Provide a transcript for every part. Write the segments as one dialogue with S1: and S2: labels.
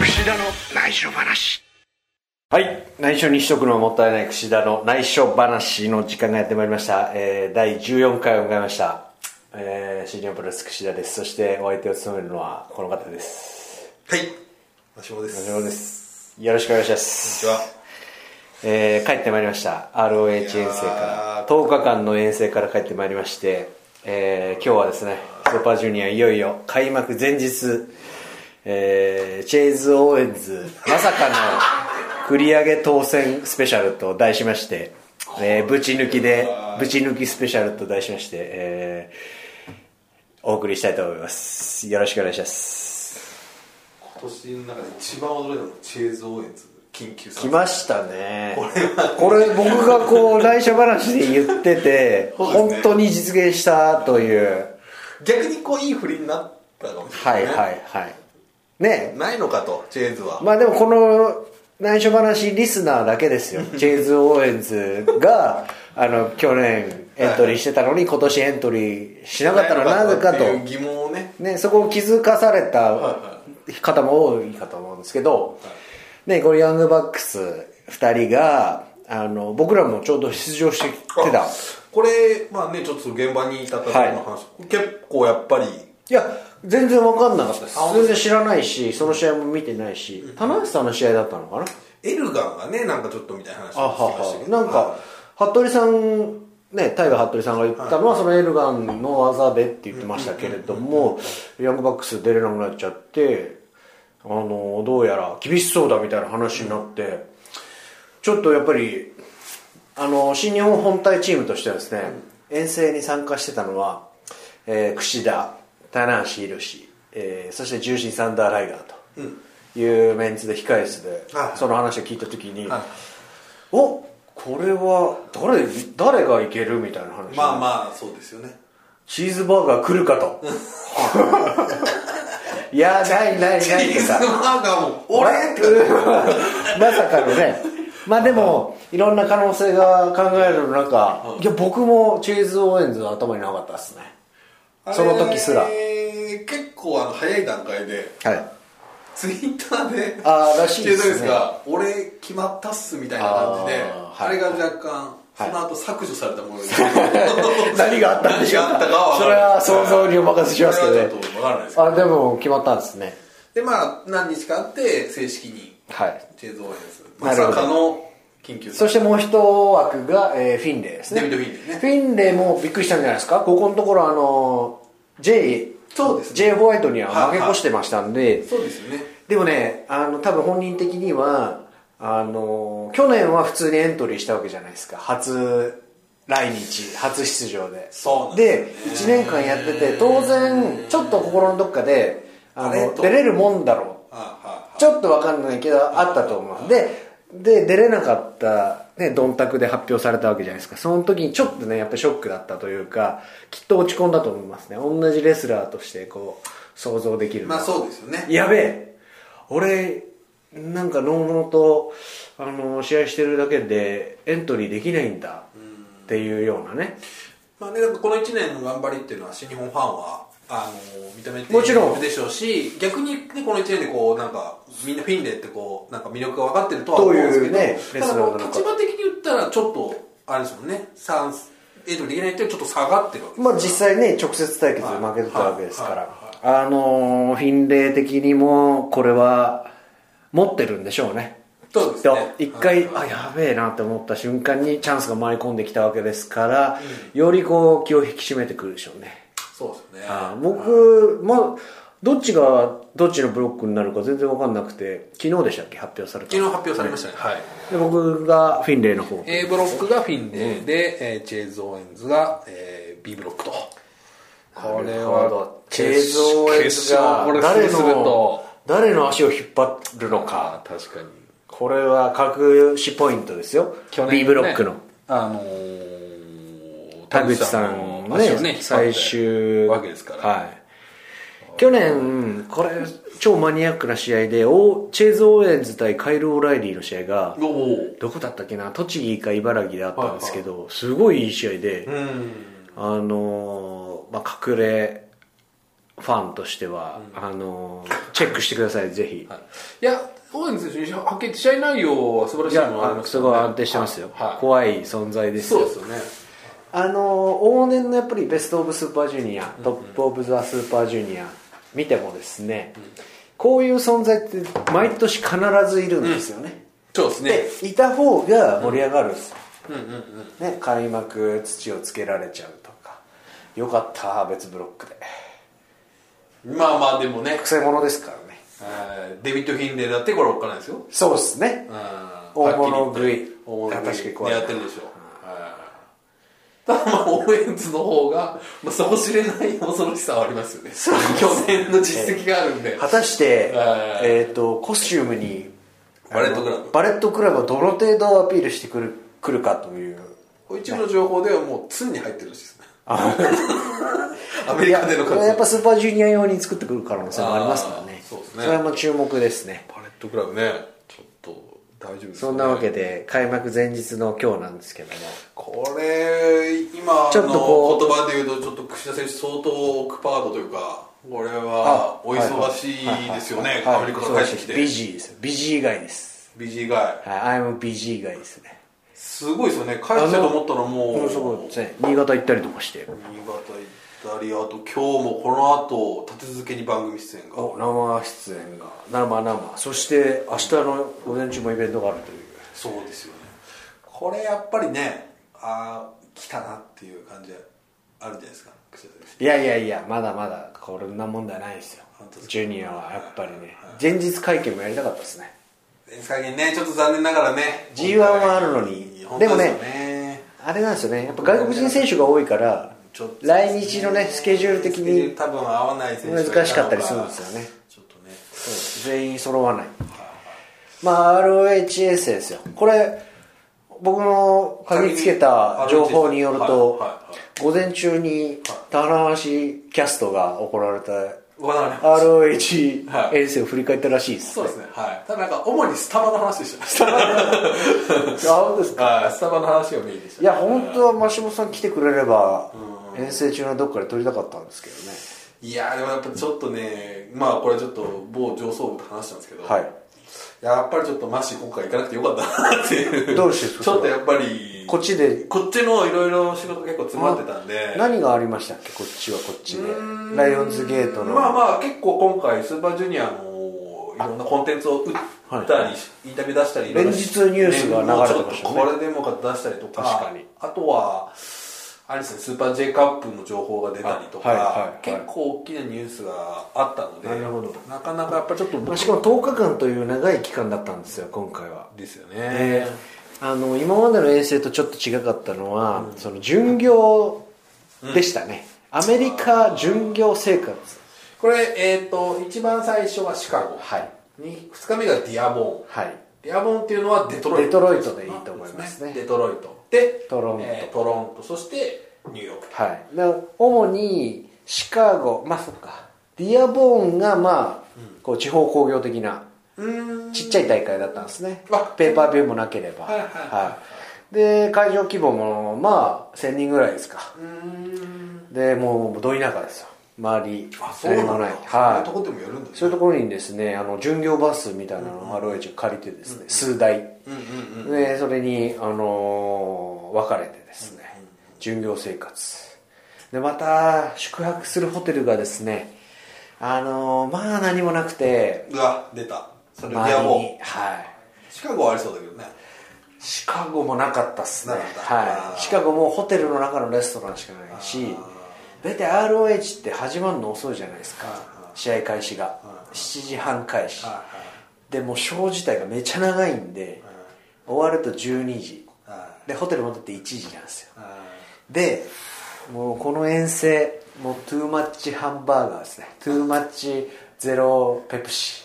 S1: 串田の内緒話
S2: はい内緒にしとくのはもったいない櫛田の内緒話の時間がやってまいりました、えー第14回を迎えました、えー、新日本プロレス櫛田ですそしてお相手を務めるのはこの方です
S1: はい私もです
S2: 以上ですよろしくお願いしますえー帰ってまいりました ROH 遠征から
S1: いや
S2: 10日間の遠征から帰ってまいりまして、えー今日はですねスーパージュニアいよいよ開幕前日、えーチェイズ・オーエンズまさかの繰り上げ当選スペシャルと題しまして、えーぶち抜きでぶち抜きスペシャルと題しまして、えーお送りしたいと思いますよろしくお願いします
S1: 今年の中で一番驚いたのはチェーズ・オーエンズ緊急参
S2: 来
S1: 戦
S2: ましたねこれ僕がこう内緒話で言ってて
S1: そうですね
S2: 本当に実現したという
S1: 逆にこういい振りになったかもしれ
S2: は
S1: ないい、
S2: はいはいね
S1: ないのかとチェーズは、
S2: まあでもこの内緒話リスナーだけで すよジェイズ・オーエンズがあの去年エントリーしてたのに今年エントリーしなかったのはなぜかと
S1: ないのっていう疑問をね
S2: ね、そこを気づかされた
S1: は
S2: 方も多いかと思うんですけど、ね、これヤングバックス2人があの僕らもちょうど出場してきてた
S1: あこれまあねちょっと現場にいた方の話、結構やっぱり
S2: いや全然分かんなかったです
S1: あ本当
S2: 全然知らないしその試合も見てないし棚橋さんの試合だったのかな
S1: エルガンがねなんかちょっとみたいな話
S2: あは
S1: を聞きました
S2: は
S1: けど
S2: なんか服部さんねタイガー服部さんが言ったのはそのエルガンの技でって言ってましたけれどもヤングバックス出れなくなっちゃってあのどうやら厳しそうだみたいな話になってちょっとやっぱりあの新日本本体チームとしてはですね遠征に参加してたのは、えー、櫛田棚橋宏、えー、そして重心サンダーライガーというメンツで控え室で、
S1: はい
S2: その話を聞いた時に、
S1: はい
S2: おこれは誰誰がいけるみたいな話、
S1: まあまあそうですよね
S2: チーズバーガー来る かといやないない
S1: チ
S2: ない
S1: ー
S2: と
S1: ズ
S2: か
S1: バーガーも俺って
S2: まさかのねまあでもいろんな可能性が考える中いや僕もチーズオーエンズは頭になかったですねその時すら
S1: あ
S2: は
S1: れ結構あの早い段階で
S2: い
S1: ツイッターで
S2: あーらしいですね
S1: チェーズオーエンズが俺決まったっすみたいな感じであ,、
S2: あーはい
S1: れが若干そ
S2: はい
S1: の後削除されたものに
S2: 何があったんでしょう
S1: 何があったかは分
S2: そ
S1: か
S2: れ
S1: らな
S2: はい想像にお任せしますけど
S1: それ
S2: ね
S1: はちょっと分からないですけど
S2: あでも決まったんですね
S1: でまあ何日かあって正式に
S2: はい
S1: チェーズオーエンズ
S2: な
S1: ま
S2: る
S1: さ
S2: ほど
S1: かの緊急
S2: そしてもう一枠が、えーフィンレイですね
S1: デビッドフィンレイね
S2: フィンレイもびっくりしたんじゃないですかここのところあの J
S1: そうですね
S2: J ホワイトには負け越してましたんで、
S1: そうですよね
S2: でもねあの多分本人的にはあの去年は普通にエントリーしたわけじゃないですか初来日初出場で
S1: そうなん
S2: で
S1: ですね
S2: 1年間やってて当然ちょっと心のどっかであ
S1: あれ
S2: の
S1: と
S2: 出れるもんだろう
S1: ああはい
S2: ちょっとわかんないけどあったと思うでで出れなかったねドンタクで発表されたわけじゃないですかその時にちょっとねやっぱりショックだったというかきっと落ち込んだと思いますね同じレスラーとしてこう想像できるの
S1: ま
S2: は
S1: あそうですよね
S2: やべえ俺なんかのうのうとあの試合してるだけでエントリーできないんだっていうようなね
S1: まあね、なんかこの1年の頑張りっていうのは新日本ファンはあの認めて
S2: もちろん
S1: いるでしょうし逆に、ね、この1年でこうなんかみんなフィンレイってこうなんか魅力が分かってるとは思うんですけど
S2: どうい
S1: ただ
S2: うねレスラーな
S1: こ
S2: の
S1: う
S2: か
S1: 立場的に言ったらちょっとあれですもんねサンスエイトできないっていうのはちょっと下がってるわけです
S2: まあ実際ね直接対決で負けてたわけですから、あのーフィンレイ的にもこれは持ってるんでしょうね
S1: そうですね
S2: きっと一回、あやべえなって思った瞬間にチャンスが舞い込んできたわけですから、よりこう気を引き締めてくるでしょうね
S1: そうですね
S2: あー僕まあどっちがどっちのブロックになるか全然分かんなくて昨日でしたっけ発表された
S1: 昨日発表されましたね、はい
S2: で僕がフィンレイの方
S1: A ブロックがフィンレイで、えーチェーズ・オーエンズが、えー B ブロックとこれ
S2: なるほ
S1: は
S2: どチェイズ・オーエン
S1: 決
S2: ズが
S1: 勝これ
S2: 誰
S1: する
S2: の
S1: と
S2: 誰の足を引っ張るのか
S1: あ確かに
S2: これは隠しポイントですよ、B ブロックの
S1: あのー
S2: 田口さん
S1: の
S2: ね
S1: 足をね
S2: 最終
S1: わけですから、
S2: はい、去年これ超マニアックな試合でおチェイズ・オーエンズ対カイル・オーライリーの試合が
S1: おお
S2: どこだったっけな栃木か茨城であったんですけど、すごいいい試合で、
S1: うん
S2: あのーまあ、隠れファンとしては、あのーチェックしてくださいぜひ、
S1: はい、いや、オーエンズ選手、はっきり言って試合内容は素晴らしい
S2: いや
S1: ものがあり
S2: あ
S1: ます
S2: すごい安定してますよ、
S1: はい
S2: 怖い存在です
S1: そう
S2: よ
S1: ですよね。
S2: あのー往年のやっぱりベスト・オブ・スーパージュニア、トップ・オブ・ザ・スーパージュニア見てもですね、こういう存在って毎年必ずいるんですよね、
S1: そうですね。
S2: でいた方が盛り上がるんですよ、
S1: うんうんうん。
S2: ね、開幕土をつけられちゃうとかよかった別ブロックで
S1: まあまあでもね、
S2: くせ者ですからね
S1: えーデビッド・ヒンデーだってこれおっかないですよ。
S2: そうですね
S1: うん
S2: 大物食い
S1: はっきり言って大物
S2: 確か
S1: 食
S2: に
S1: い
S2: 怖い
S1: 狙ってるでしょ。ただまあ、オーエンズの方が、まあ、底知れない恐ろしさはありますよね。去年の実績があるんで。
S2: 果たして、
S1: はい
S2: えー、とコスチュームに
S1: バレットクラブ
S2: あのバレットクラブをどの程度アピールしてくるくるかという
S1: 一部の情報ではもう、つんに入ってるらしいですね。アメ
S2: い
S1: リ
S2: や
S1: カでの
S2: これやっぱスーパージュニア用に作ってくる可能性もありますからね
S1: あーそうですね
S2: れも注目ですね
S1: パレットクラブね、ちょっと大丈夫です、ね、
S2: そんなわけで開幕前日の今日なんですけども
S1: これ、今の
S2: ちょっとこう
S1: 言葉で言うと、ちょっと櫛田選手、相当オクパードというか、これはお忙しいですよね、アメリカから帰ってき
S2: ビ
S1: て、
S2: ジーですビジー以外です
S1: ビジ以外、
S2: はい I'm ビジー以外ですね
S1: すごいですよね、帰ってたと思ったらもう、
S2: もの
S1: 新
S2: す
S1: 潟
S2: ごい
S1: 行
S2: ですね新潟行ったりとかして
S1: ったり、あと今日もこの後立て続けに番組出演が、
S2: お生出演が生生そして明日の午前中もイベントがあるという
S1: そうですよね、これやっぱりね、あー来たなっていう感じあるんじゃないですか、櫛田選手。
S2: いやいやいやまだまだこんな問題ないですよ
S1: 本当ですか
S2: ジュニアはやっぱりね前日会見もやりたかったですね
S1: 前回にね、ちょっと残念ながらね、
S2: G1 はあるのに
S1: 本当
S2: でも
S1: すよ
S2: ねあれなんですよねやっぱ外国人選手が多いから
S1: ちょっと
S2: 来日のねスケジュール的
S1: スケジュー
S2: に
S1: ル多分合わない選手がいの
S2: 難しかったりするんですよね
S1: ちょっとね
S2: 全員揃わないまあ ROHS ですよこれ僕の鍵つけた情報によると
S1: はいはいは
S2: 午前中に棚橋キャストが行われた
S1: わかんない
S2: ROH
S1: はい
S2: 遠征を振り返ったらしいです、
S1: そうですねはいただなんか主にスタバの話でしたスタバ
S2: あ本当ですか
S1: はいスタバの話をメインでした
S2: いや本当は増本さん来てくれれば遠征中のどっかで撮りたかったんですけどね
S1: いやでもやっぱちょっとねまあこれちょっと某上層部と話したんですけど、
S2: はい
S1: やっぱりちょっとマッシー今回行かなくてよかったなっていう
S2: どうしてですか
S1: ちょっとやっぱり
S2: こっちで
S1: こっちのいろいろ仕事結構詰まってたんで
S2: 何がありましたっけこっちはこっちでライオンズゲートの
S1: まあまあ結構今回スーパージュニアのいろんなコンテンツを打ったり、インタビュー出したりいろいろ
S2: 連日ニュースが流れてましたね
S1: もうちょっとこれでもかと出したりとか
S2: 確かに
S1: あとはあれですねスーパー J カップの情報が出たりとか、
S2: あはいはいはい
S1: 結構大きなニュースがあったので
S2: なるほど
S1: なかなかやっぱちょっと
S2: まあしかも10日間という長い期間だったんですよ今回は
S1: ですよね、
S2: えーあの今までの遠征とちょっと違かったのは、その巡業でしたね、アメリカ巡業生活
S1: これえっ、と一番最初はシカゴ、
S2: はい
S1: に2日目がディアボーン
S2: はい
S1: ディアボーンっていうのはデトロイト
S2: デトロイトでいいと思いますね
S1: デトロイトで
S2: トロント
S1: えートロントそしてニューヨーク
S2: はいで主にシカゴまあそっかディアボーンがまあ、こう地方工業的な
S1: うん
S2: ちっちゃい大会だったんですね
S1: あ
S2: ペーパービューもなければ
S1: はいはいはいはい
S2: いで会場規模もまあ1000人ぐらいですか
S1: うん
S2: でもうど田舎ですよ周り
S1: あそうなんだ、
S2: もない
S1: そうい
S2: は
S1: う
S2: い
S1: とこでもやるんだね
S2: そういうところにですねあの巡業バスみたいなのを ROH が借りてですね、数
S1: う
S2: 台、
S1: んうんうん
S2: でそれに、あのー分かれてですね、巡業生活でまた宿泊するホテルがですねあのーまあ何もなくて
S1: うわ出たそれディ
S2: 周
S1: ア
S2: り
S1: ボ
S2: に
S1: ーン
S2: はい
S1: シカゴはありそうだけどね
S2: シカゴもなかったっすね、
S1: なかったあ
S2: は
S1: ー
S2: い、シカゴもホテルの中のレストランしかないし大体 ROH って始まるの遅いじゃないですか試合開始が7時半開始
S1: は
S2: でもうショー自体がめちゃ長いんで終わると12時
S1: いはい
S2: でホテル戻って1時なんですよ
S1: は
S2: でもうこの遠征もうトゥーマッチハンバーガーですねトゥーマッチゼロペプシ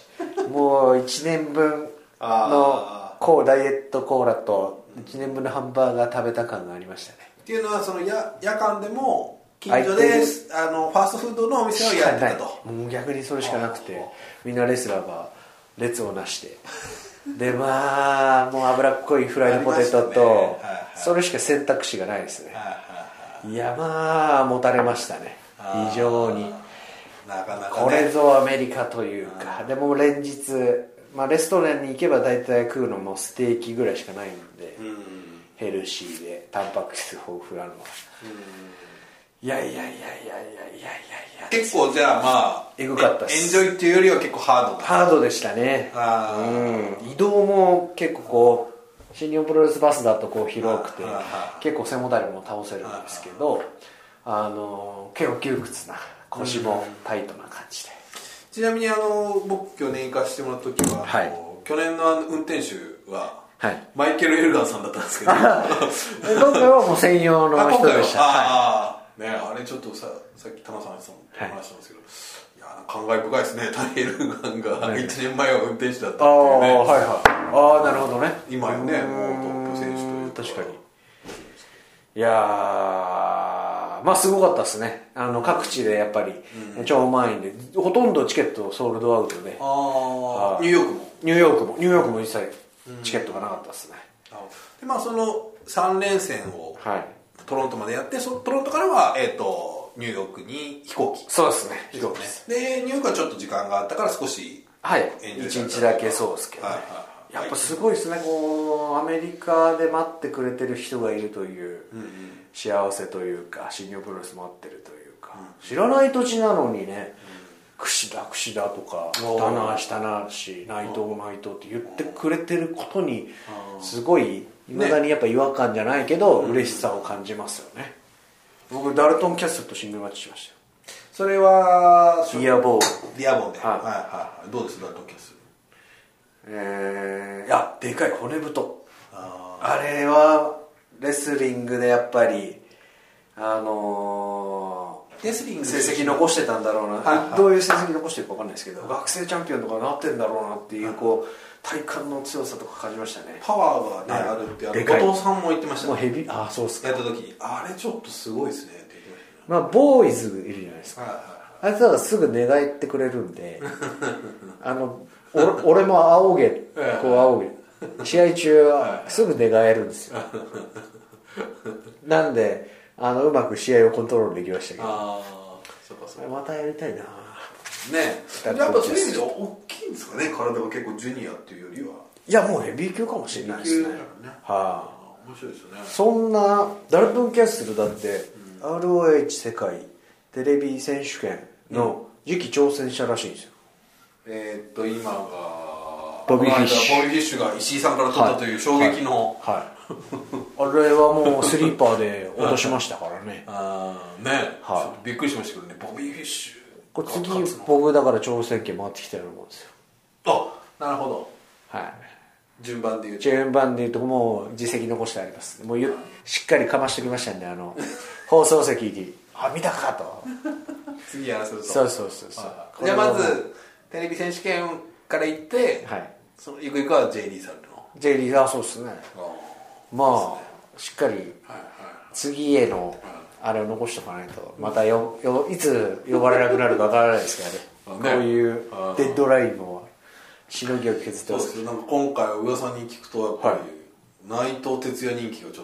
S2: もう1年分の
S1: あ
S2: こうダイエットコーラと1年分のハンバーガー食べた感がありましたね
S1: いっていうのはそのや夜間でも近所
S2: 空いて
S1: で
S2: る
S1: あのファーストフードのお店をやってたと
S2: もう逆にそれしかなくてみんなレスラーが列をなしてでまあもう脂っこいフライドポテト
S1: ありましたねはい
S2: と
S1: はい
S2: それしか選択肢がないですね
S1: はいはいはい
S2: いやまあ持たれましたね
S1: あー
S2: 非常に
S1: なかなか
S2: こ
S1: ね
S2: れぞアメリカというかでも連日、まあ、レストランに行けば大体食うのもステーキぐらいしかないんで、
S1: うん
S2: ヘルシーでタンパク質豊富なのは、いやいやいやいやいやいやいやいや
S1: 結構じゃあまあ
S2: エグかったっす
S1: エンジョイっていうよりは結構ハードだ
S2: ハードでしたね
S1: あー
S2: うん、移動も結構こう新日本プロレスバスだとこう広くて
S1: あーあー
S2: 結構背もたれも倒せるんですけどあの結構窮屈な腰もタイトな感じで、
S1: ちなみにあの僕去年行かしてもらった時は、
S2: はい
S1: あの去年のあの運転手は
S2: はい
S1: マイケル・エルガーさんだったんですけど あ
S2: で今回はもう専用の
S1: 今
S2: 人
S1: 回
S2: で
S1: は
S2: したは
S1: ああ、ねあれちょっとささっき玉さんさんと話したんですけど、い、やなんか感慨深いですねタイエルガンが1年前は運転手だったっ
S2: い
S1: て
S2: ああ
S1: いうね
S2: はいはいああなるほどね
S1: 今やねもうトップ選手という
S2: うーん確かにいやーまあすごかったですねあの各地でやっぱり超満員で、ほとんどチケットソールドアウトで
S1: あ
S2: は
S1: あ
S2: い
S1: ニューヨークも
S2: ニューヨークもニューヨークも一切チケットがなかったですね、
S1: でまあその3連戦を
S2: はい
S1: トロントまでやってそトロントからは、えー、とニューヨークに飛行機
S2: そうですね飛行機です
S1: ですねでニューヨークはちょっと時間があったから少し
S2: はい
S1: エンジョイ
S2: 一
S1: された
S2: 日だけそうですけどね、
S1: はいはいはい
S2: やっぱすごいですねこうアメリカで待ってくれてる人がいるという幸せというか新日本プロレス待ってるというか、知らない土地なのにね、櫛田櫛田とか
S1: おー
S2: 棚橋棚橋内藤内藤って言ってくれてることにすごいいまだにやっぱ違和感じゃないけど、嬉しさを感じますよね僕ダルトン・キャッスルとシングルマッチしまし
S1: それは
S2: たよイヤーボール
S1: ディアボンで、
S2: はい
S1: はいはいはい、どうですダルトンキャッスル
S2: えー、いやでかい骨太
S1: あ
S2: あれはレスリングでやっぱりあの
S1: ーレスリン
S2: ー
S1: グ
S2: 成績残してたんだろうな、
S1: はいはい
S2: どういう成績残してるか分かんないですけど、学生チャンピオンとかなってんだろうなっていうこう体感の強さとか感じましたね
S1: パワーがね、あ
S2: はい
S1: るってあ
S2: でかい
S1: の後藤さんも言ってました
S2: もう
S1: ね
S2: ヘビああそうっすか
S1: やった時にあれちょっとすごいですねって言ってまし
S2: まあボーイズいるじゃないです
S1: た
S2: か
S1: ねはいは
S2: あいつらがすぐ寝返ってくれるんで あの俺俺も仰げこう仰げ試合中はすぐ寝返るんですよなんであのうまく試合をコントロールできましたけど
S1: ああそうかそうか
S2: またやりたいな
S1: ね
S2: ダル
S1: や
S2: ト
S1: っ
S2: ン
S1: ぱそういう意味では大きいんですかね体が結構ジュニアっていうよりはい
S2: やもうヘビー級かもしれないですね
S1: ヘビー級だよね
S2: は
S1: あー面白いですよね
S2: いそんなダルトン・キャッスルだって、ROH 世界テレビ選手権の次期挑戦者らしいんですよ、
S1: えーっと今が
S2: ボビーフィッシュ
S1: この間ボビーフィッシュが石井さんから取ったという衝撃の、
S2: はい、あれはもうスリーパーで落としましたからね
S1: あーね、
S2: はい
S1: ちょっとびっくりしましたけどねボビーフィッシュ
S2: これ次
S1: 勝つの
S2: 僕だから挑戦権回ってきてると思うんですよ
S1: あなるほど
S2: はい
S1: 順番で言うと
S2: 順番で言うともう実績残してありますもうゆしっかりかましてきましたんであ の放送席にあ見たかと
S1: 次やらせると
S2: そうそうそうそう
S1: はい
S2: こ
S1: じ
S2: れ
S1: ゃあ
S2: は
S1: まずテレビ選手権から行って、
S2: はい
S1: そのゆくゆくは J リーさんの
S2: J リーガーそうっすねまあしっかり
S1: はいはい
S2: 次へのあれを残しておかないとまたよよいつ呼ばれなくなるかわからないですから
S1: ね
S2: ねこういう
S1: あー
S2: デッドラインをしのぎを削って
S1: そう
S2: お
S1: で
S2: く
S1: すけどなんか今回は噂に聞くとやっぱり、内藤哲也人気がちょっ
S2: あ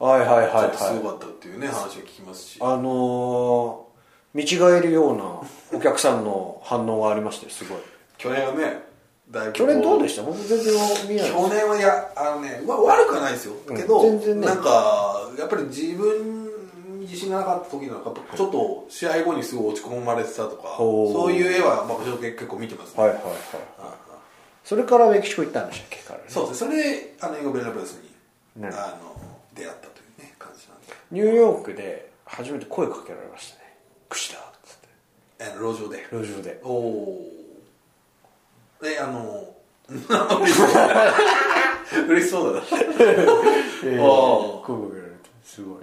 S1: と
S2: はいはいはい
S1: ちょっとす
S2: はい
S1: ごかったっていうね、話を聞きますし
S2: あのー、見違えるようなお 客さんの反応がありましてすごい
S1: 去年はねだいぶ
S2: 去年どうで
S1: し
S2: した僕全然見ない
S1: 去年はいやあのねわ悪くはないですよ、
S2: うん
S1: けど
S2: 全然ね
S1: なんかやっぱり自分に自信がなかった時なのかちょっと試合後にすごい落ち込まれてたとか
S2: ほう
S1: そういう絵は、まあ、僕結構見てますね、
S2: はいはいはいそれからメキシコ行ったんでしたっけ彼ね
S1: そうですねそれであの英語ベラブレスに、
S2: ね
S1: あの出会ったというね感じなんで
S2: ニューヨークで初めて声かけられましたね「櫛田」っつって
S1: え路上で
S2: 路上で
S1: おおえあの 嬉しそうだな
S2: え
S1: あー
S2: ー声かけられてすごい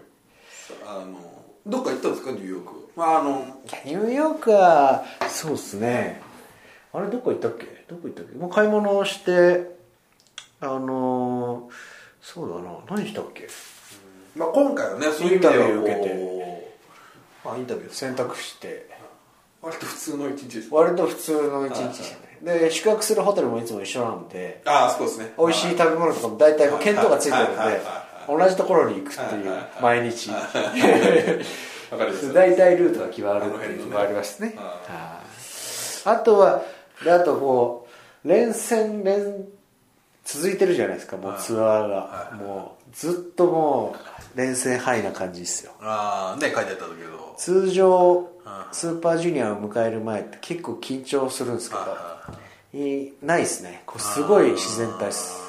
S1: あのどっか行ったんですかニューヨークまああの
S2: いやニューヨークはそうっすねあれどこ行ったっけどこ行ったっけもう買い物をしてあのー、そうだな何したっけ
S1: まあ、今回はねそういう意味では
S2: インタビュー受けて
S1: こうまあインタビューです
S2: 洗濯して
S1: 割と普通の一日です
S2: 割と普通の一日でしたねで宿泊するホテルもいつも一緒なんで
S1: ああそうですね
S2: 美味しい食べ物とかも大体見当がついてるんで
S1: はいはいはいはいはい
S2: 同じところに行くっていう毎 日
S1: わかります
S2: 大体ルートが決まるっていうのもありましたねはいあとはであとこう連戦連続いてるじゃないですかもうツアーがもうずっともう連戦ハイな感じですよ
S1: ああね書いてあったんだけど
S2: 通常スーパージュニアを迎える前って結構緊張するんですけどいないですねこうすごい自然体です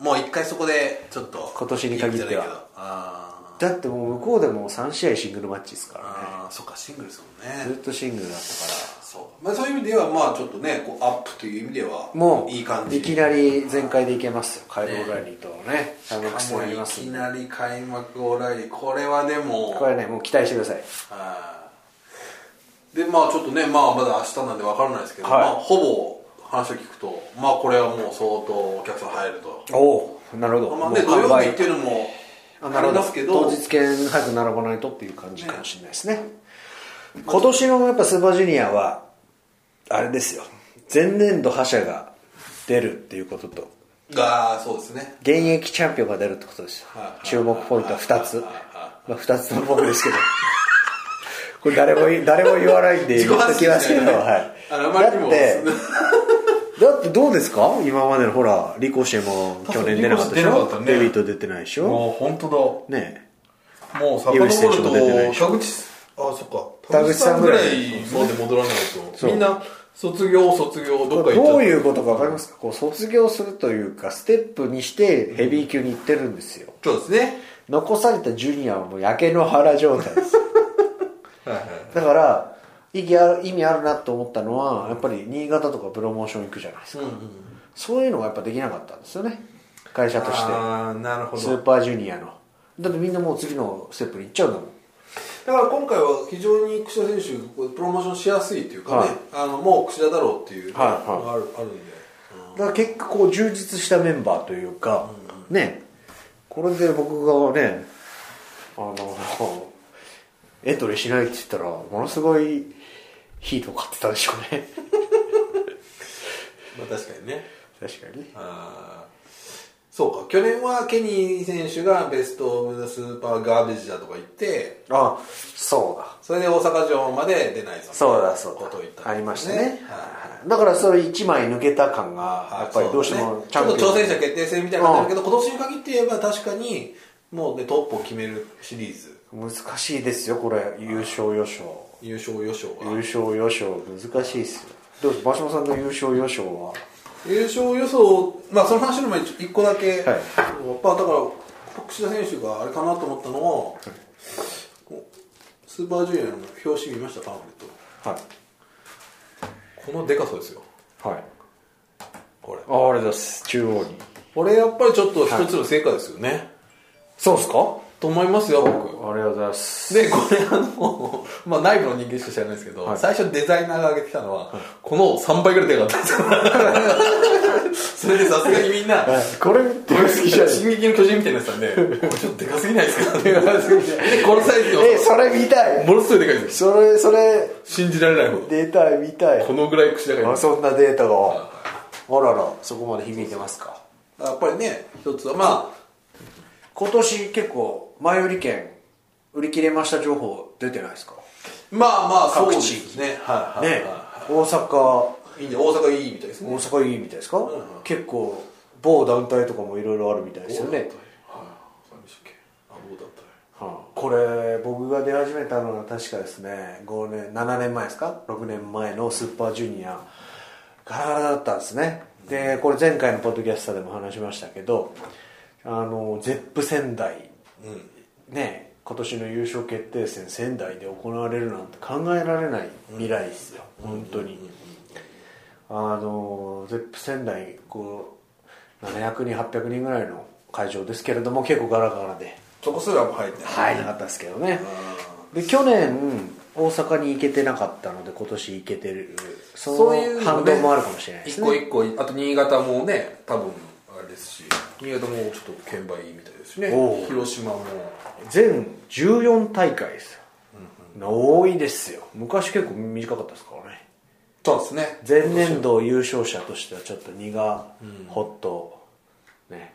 S1: もう一回そこでちょっと
S2: 今年に限って
S1: 言う
S2: は
S1: んじゃないけどあ
S2: だってもう向こうでも3試合シングルマッチですからね
S1: あーそっかシングルですもん
S2: ずっ
S1: ね
S2: とシングルだったか
S1: そう,、まあ、そういう意味ではまあちょっとねこうアップという意味では
S2: らもう
S1: い
S2: い
S1: い感じ
S2: きなり全開でいけますよカイロ・オライリーとのね開幕戦ありま
S1: い
S2: す
S1: き
S2: んで
S1: なり開幕オーライリーこれはでも
S2: これねもう期待してください
S1: あーでまあちょっとね、まあ、まだ明日なんで分からないですけど、
S2: はい
S1: まあ、ほぼ話を聞くとまあこれはもう相当お客さん入ると、
S2: おおなるほど
S1: まあ
S2: もう
S1: ね、土
S2: 完
S1: 曜日
S2: 売
S1: っていうのも
S2: あ
S1: あ
S2: な
S1: り
S2: るほ
S1: ま
S2: ど
S1: すけど
S2: 当日券早く並ばないとっていう感じかもしれないですね今年のやっぱスーパージュニアはあれですよ前年度覇者が出るっていうことと
S1: がそうですね
S2: 現役チャンピオンが出るってことですよ
S1: はいはい
S2: 注目ポイントは2つ
S1: はいはいは
S2: まあ2つの僕ですけど これ誰も言い誰も言わないんで言
S1: 自
S2: っ
S1: 己
S2: と
S1: 発
S2: き
S1: 信
S2: ますけど、
S1: みたいなね
S2: はい、
S1: あのあまりにも
S2: だって だってどうですか今までのほらリコシェも去年出なかったでし
S3: リコシェ出なか
S2: ょ
S3: ったね
S2: デビット出てないでしょ
S3: もう本当
S2: ねえ
S3: だもうサバ
S2: 井口選手も出てない
S3: る
S2: し
S3: と田口あそっか
S2: 田口さんぐらい
S3: 田口さんぐらいまで戻らないと
S2: う
S3: みんな卒業卒業どっか行っちゃ
S2: どういうことか分かりますかこう卒業するというかステップにしてヘビー級に行ってるんですよ
S3: そうですね
S2: 残されたジュニアはもう焼け野原状態ですだから意義ある意味あるなと思ったのはやっぱり新潟とかプロモーション行くじゃないですか、そういうのがやっぱできなかったんですよね会社として
S3: ああなるほ
S2: スー
S3: ど
S2: パージュニアのだってみんなもう次のステップに行っちゃうんだもん
S1: だから今回は非常に櫛田選手こうプロモーションしやすいというかね、
S2: はい
S1: あのもう櫛田だろうっていうのが
S2: はいはい
S1: ある,、あるんで
S2: だから結果こう充実したメンバーというか、ねこれで僕がねあのエントリーしないって言ったらものすごいヒートを買ってたでしょうね
S1: まあ確かにね
S2: 確かに
S1: あーそうか去年はケニー選手がベスト・オブ・ザ・スーパーガーベージだとか言って
S2: あそうだ
S1: それで大阪城まで出ないぞ
S2: そうだそう
S1: ことを言っ
S2: だ
S1: た
S2: あ
S1: んです
S2: りましたね、
S1: はい
S2: だからそれ一枚抜けた感が
S1: はい
S2: やっぱりどうして
S1: そ
S2: も
S1: ね
S2: チャンピオン
S1: ちょっと挑戦者決定戦みたいな感じだけど今年に限って言えば確かにもうねトップを決めるシリーズ
S2: 難しいですよこれ優勝予想
S1: 優勝予想
S2: 優
S1: が
S2: 勝予想難しいですよどうです馬島さんの優勝予想は
S1: 優勝予想まあその話の前に1個だけ、
S2: はい
S1: まあだから櫛田選手があれかなと思ったのは、こうスーパージュニアの表紙見ましたパンフレット
S2: はい
S1: このでかさですよ
S2: はい
S1: これ
S2: あああれです中央に
S1: これやっぱりちょっと一つの成果ですよね、
S2: そうっすか
S1: と思いますよ僕
S2: ありがとうございます
S1: でこれあの、 まあ、内部の人間しか知らないですけど、
S2: はい
S1: 最初デザイナーが上げてきたのは、この3倍ぐらいでかかったんですよ それでさすがにみんな
S2: これ見て好きじ ゃない
S1: 進撃の巨人みたいなやつなんで これちょっとでかすぎないですかでこのサイズ
S2: え
S1: を
S2: それ見たい
S1: ものすごいでかいですよ
S2: それそれ
S1: 信じられないほど
S2: データ見たい
S1: このぐらい口だから
S2: あそんなデータがあららそこまで響いてますか
S1: やっぱりね一つはま
S2: 今年結構前売り券売り切れました情報出てないですか
S1: あまあまあそう
S2: 各
S1: で
S2: 地
S1: すねはいはい
S2: ね
S1: は
S2: 大阪
S1: いいいね大阪いいみたいですね
S2: 大阪いいみたいですか結構某団体とかもいろいろあるみたいですよね
S1: はい何でしたっけあどうだったよ
S2: はいこれ僕が出始めたのが確かですね5年7年前ですか6年前のスーパージュニアガラガラだったんですねでこれ前回のポッドキャストでも話しましたけどあのゼップ仙台、ね今年の優勝決定戦仙台で行われるなんて考えられない未来ですよ本当にあのゼップ仙台こう700人800人ぐらいの会場ですけれども結構ガラガラで
S1: そこすらも入ってない
S2: 入らなかったですけどねで去年大阪に行けてなかったので今年行けてるそ
S1: そういうの
S2: の
S1: ね
S2: 反動もあるかもしれないで
S1: 一
S2: す
S1: 個
S2: ね
S1: 一個あと新潟もね多分あれですし新潟もちょっと券売みたいですしね
S2: おう
S1: 広島も
S2: 全14大会ですよ、多いですよ昔結構短かったですからね
S1: そうですね
S2: 前年度優勝者としてはちょっと荷がほっとね、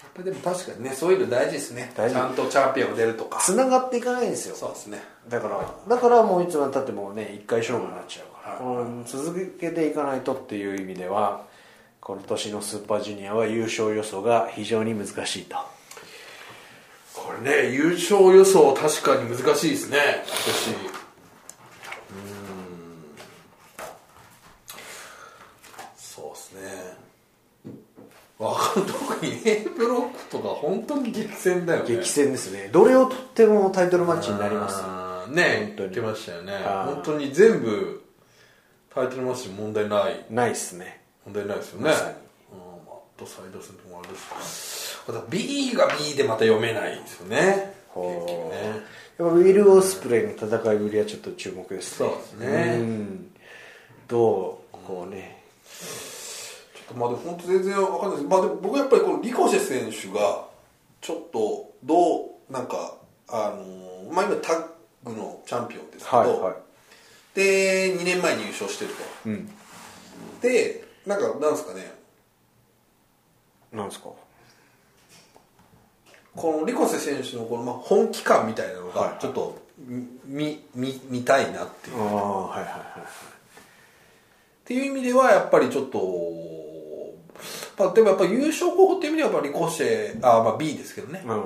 S1: やぱでも確かにねそういうの大事ですねち
S2: 大事
S1: ゃんとチャンピオンが出るとか
S2: 繋がっていかないんですよ
S1: そうですね
S2: だからだからもういつまでたってもね一回勝負になっちゃうから、この続けていかないとっていう意味ではこの年のスーパージュニアは優勝予想が非常に難しいと
S1: これね優勝予想確かに難しいですね
S4: そうですね
S1: 今年分か る特に A ブロックとか本当に激戦だよね
S2: 激戦ですねどれをとってもタイトルマッチになります
S1: あーね
S2: 本当
S1: 言
S2: に
S1: ってましたよね
S2: はい
S1: 本当に全部タイトルマッチ問題ない
S2: ないっすね
S1: 問題ないですよね、うん
S2: さに
S1: まあ、あとサイド戦ともあれですけどまた B が B でまた読めないんですよね結局
S2: ほう
S1: ね
S2: やっぱウィル・オスプレイの戦いぶりはちょっと注目ですね
S1: そうですね
S2: んどうこうね
S4: まあでも本当全然わかんないですまあでも僕はやっぱりこのリコシェ選手がちょっとどうなんかあのーまあ今タッグのチャンピオンですけど、
S2: はいはい
S4: で2年前に優勝してると、
S2: ん
S4: でなんかなんですかね
S2: なんですか
S4: このリコセ選手のこのまあ本気感みたいなの
S2: はいは
S4: が
S2: い
S4: ちょっと見見見たいなっていう
S2: ああはいはいはい
S4: っていう意味ではやっぱりちょっと、まあ、でもやっぱ優勝候補っていう意味ではやっぱリコシェあ、まあ、B ですけどね、
S2: うん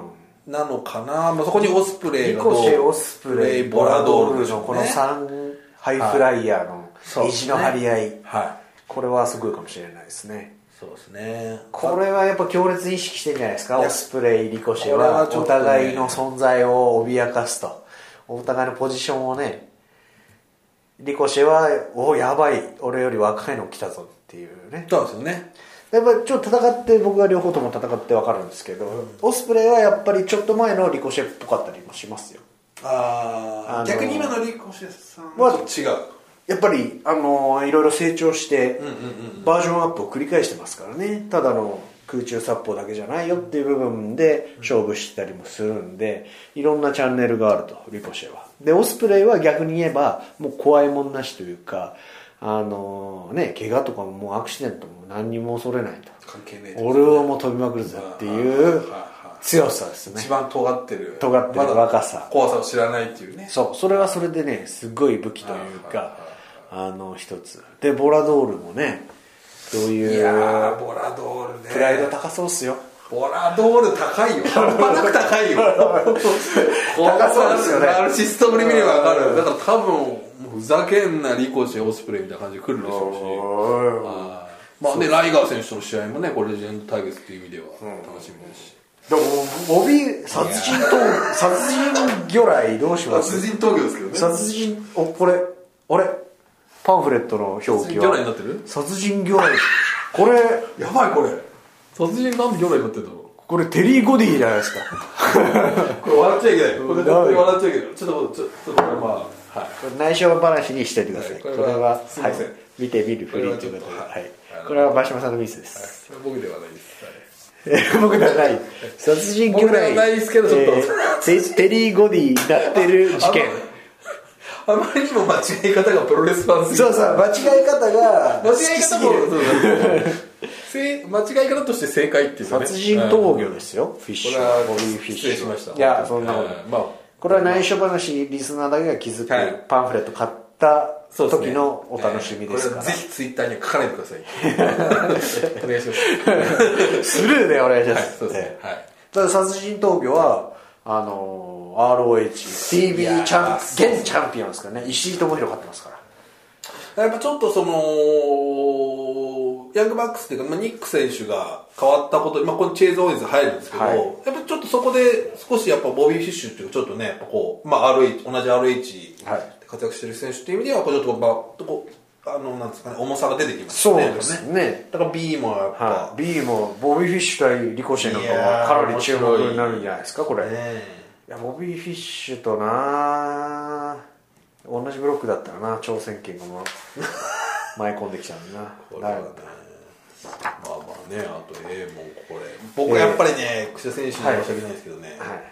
S4: なのかな、まあ、そこにオスプレイ
S2: リ
S4: がどう
S2: コシェ、オスプレイ、ボ
S4: ボラ
S2: ラ
S4: ド
S2: ド
S4: ー
S2: ー
S4: ル
S2: ル
S4: でしょう
S2: の
S4: ね
S2: この3ハイフライヤー
S1: そう
S2: の
S1: ですね
S2: 意地の張り合い、
S1: はい
S2: これはすごいかもしれないですね。
S1: そうですね
S2: これはやっぱ強烈に意識してるんじゃないですか、
S4: いや
S2: オスプレイ、リコシェ
S4: これは
S2: は
S4: ちょっとね
S2: お互いの存在を脅かすと、お互いのポジションをね、リコシェは、おやばい、俺より若いの来たぞっていうね。
S4: そうですよね
S2: やっぱちょっと戦って僕が両方とも戦って分かるんですけど、オスプレイはやっぱりちょっと前のリコシェっぽかったりもしますよ。
S4: あー
S2: あのー
S4: 逆に今のリコシェさん
S2: は
S4: はちょっと違う
S2: やっぱり、あのーいろいろ成長して、
S4: んうん
S2: バージョンアップを繰り返してますからねただの空中殺法だけじゃないよっていう部分で勝負したりもするんでいろんなチャンネルがあるとリコシェはでオスプレイは逆に言えばもう怖いもんなしというかあのーね怪我とかももうアクシデントも何にも恐れないと
S4: 関係ねえ
S2: 俺はもう飛びまくるぜっていう強さですね
S4: 一番尖ってる
S2: 尖ってる若さ
S4: まだ怖さを知らないっていうね
S2: そうそれはそれでねすごい武器というかあの一つでボラドールもねどう
S4: い
S2: い
S4: や
S2: う
S4: ーボラドールね
S2: プライド高そうっすよ
S4: ボラドール高いよ半端なく高いよ
S2: 高そうですよね
S1: ナルシストぶり見ればわかるだから多分もうふざけんなリコシェオスプレイみたいな感じで来るでしょうしはいまあねライガー選手との試合もねこれレジェンド対決っていう意味では楽しみですし
S2: でもモビ殺人と殺人魚雷どうしま
S4: 殺
S2: す
S4: 人東京ですけどね
S2: 殺人おこれあれパンフレットの表記
S1: 殺人
S2: は
S1: 魚雷になってる
S2: 殺人魚雷これ
S4: やばいこれ
S1: 殺人なんで魚雷になってんだろ
S2: これテリー・ゴディじゃないですか
S4: これ笑っちゃいけないこれ
S2: うん
S4: 本当に笑っちゃいけないちょっとちょっとこれまあはい
S2: これ内緒話にしといてください、
S1: はい
S2: こ
S1: こ
S2: れ
S1: れ
S2: は
S1: は
S2: は
S1: すいません
S2: い、見て見るフリーということで
S1: これはちょっと
S2: は
S1: はい
S2: い、これは馬島さんのミスです、
S1: それは僕ではないですはい
S2: えー 僕ではない殺人魚雷
S1: 僕ではないですけどちょっと
S2: えーテテリー・ゴディになってる事件
S1: あまりにも間違い方がプロレスファンすぎ
S2: そうそう間違い方が
S1: 間違い方もそうだせ間違い方として正解っていうかね
S2: 殺人闘魚ですよ、フィッシュ
S1: これは
S2: ボビーフィッシ
S1: 失
S2: ュ
S1: 礼しました
S2: いやそんなこ
S1: はい
S2: と、
S1: まあ
S2: これは内緒話リスナーだけが気づく、
S1: はい
S2: パンフレット買った
S1: そうですね
S2: 時のお楽しみですから、
S1: これはぜひツイッターには書かないで くださいお願いします
S2: スルーでお願いします、
S1: そうですね
S2: えー
S1: はい
S2: ただ殺人闘魚はあのー ROH
S4: い
S2: TV
S4: やー
S2: チャン
S4: そう
S2: 現チャンピオンですからね石井智弘勝ってますから
S4: やっぱちょっとそのヤングバックスっていうか、まあ、ニック選手が変わったこと、まあ、このチェイズ・オーエンズ入るんですけど、
S2: はい
S4: やっぱちょっとそこで少しやっぱボビー・フィッシュっていうちょっとねやっぱこう、まあ、RH 同じ RH
S2: はい
S4: で活躍してる選手っていう意味ではこうちょっとこう、まあ、こうあのなんですかね重さが出てきます
S2: そう
S4: よ
S2: ですね
S4: だから B もやっぱ、
S2: はい、B もボビー・フィッシュ対リコシェなんか
S4: いや
S2: は
S4: ー
S2: かなり注目になるんじゃないですかこれ、
S4: ねえ
S2: いやボビー・フィッシュとな同じブロックだったらな挑戦権が もう舞い込んできちゃうな
S4: これ
S2: な
S4: は
S2: る
S4: ね
S2: ほど
S4: まあまあねあと A もこれ僕はやっぱりね櫛田選手に申し訳ないですけどね、
S2: はい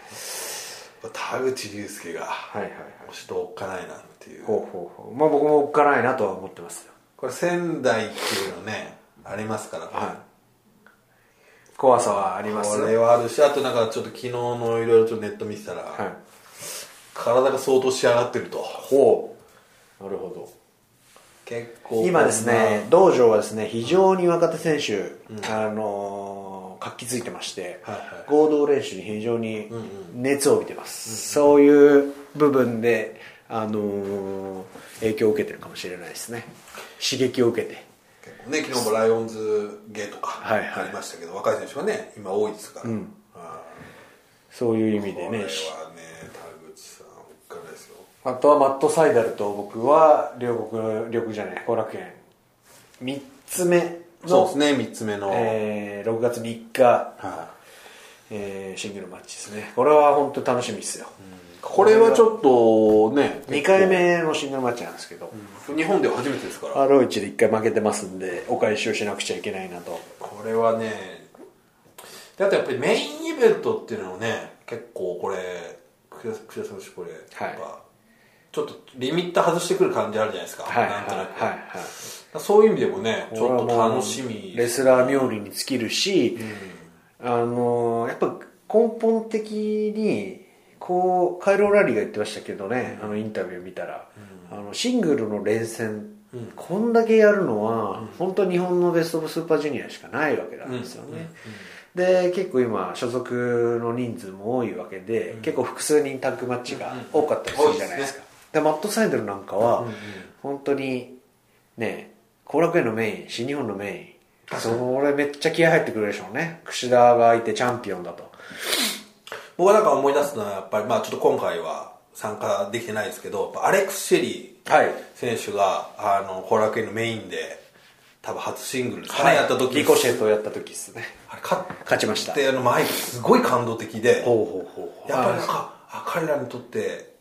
S4: 田口竜介が
S2: はいはいはい
S4: 押しとおっかないなっていう
S2: ほうほうほうまあ僕もおっかないなとは思ってますよ
S4: これ仙台っていうのねありますから、
S2: は怖さはあります
S1: これはあるしあとなんかちょっと昨日のいろいろちょっとネット見てたら、
S2: はい
S1: 体が相当仕上がってると
S2: ほうなるほど
S1: 結構
S2: 今ですね、道場はですね非常に若手選手、あのー活気づいてまして、
S1: はいはい
S2: 合同練習に非常に熱を帯びてます、そういう部分で、あのー影響を受けてるかもしれないですね刺激を受けて
S1: 結構ね昨日もライオンズゲーとか
S2: はいはい
S1: ありましたけど、若い選手がね今多いですから、あ
S2: そういう意味
S1: ー
S2: で
S1: これ
S2: ね
S1: はね田口さんおっかないですよ
S2: あとはマット・サイダルと僕は両国両国じゃない後楽園3つ目
S1: そう
S2: の、
S1: ですね3つ目の、
S2: えー6月3日
S1: は
S2: えーシングルマッチですねこれは本当に楽しみですよ、
S1: いこれはちょっとね
S2: 2回目のシングルマッチなんですけど、
S1: 日本では初めてですから
S2: ROH で1回負けてますんでお返しをしなくちゃいけないなと
S1: これはねだってやっぱりメインイベントっていうのをね結構これク田選手これ、
S2: はい
S1: やっぱちょっとリミッター外してくる感じあるじゃないですか、
S2: はいはい
S1: なんとなく、
S2: はい
S1: だか
S2: はい
S1: らそういう意味でもねちょっ
S2: これは
S1: と
S2: もう
S1: 楽しみ
S2: レスラー冥利に尽きるし、あのーやっぱ根本的にこうカイロ・オラリーが言ってましたけどね、あのインタビュー見たら、あのシングルの連戦、こんだけやるのは、本当日本のベスト・オブ・スーパージュニアしかないわけなんですよね、で結構今所属の人数も多いわけで、結構複数人タッグマッチが多かったりするじゃないですか、でマット・サイドルなんかは、本当にね後楽園のメイン新日本のメインそれめっちゃ気合入ってくるでしょうね櫛田がいてチャンピオンだと
S1: 僕はなんか思い出すのはやっぱりまあちょっと今回は参加できてないですけどやっぱアレックス・シェリー
S2: はい
S1: 選手があの後楽園のメインで多分初シングルですかね、やった時
S2: リコシェとやった時ですね
S1: あれ勝っ
S2: 勝ちました
S1: てあのマイクすごい感動的で
S2: ほうほうほうほう
S1: やっぱりなんかあ彼らにとって、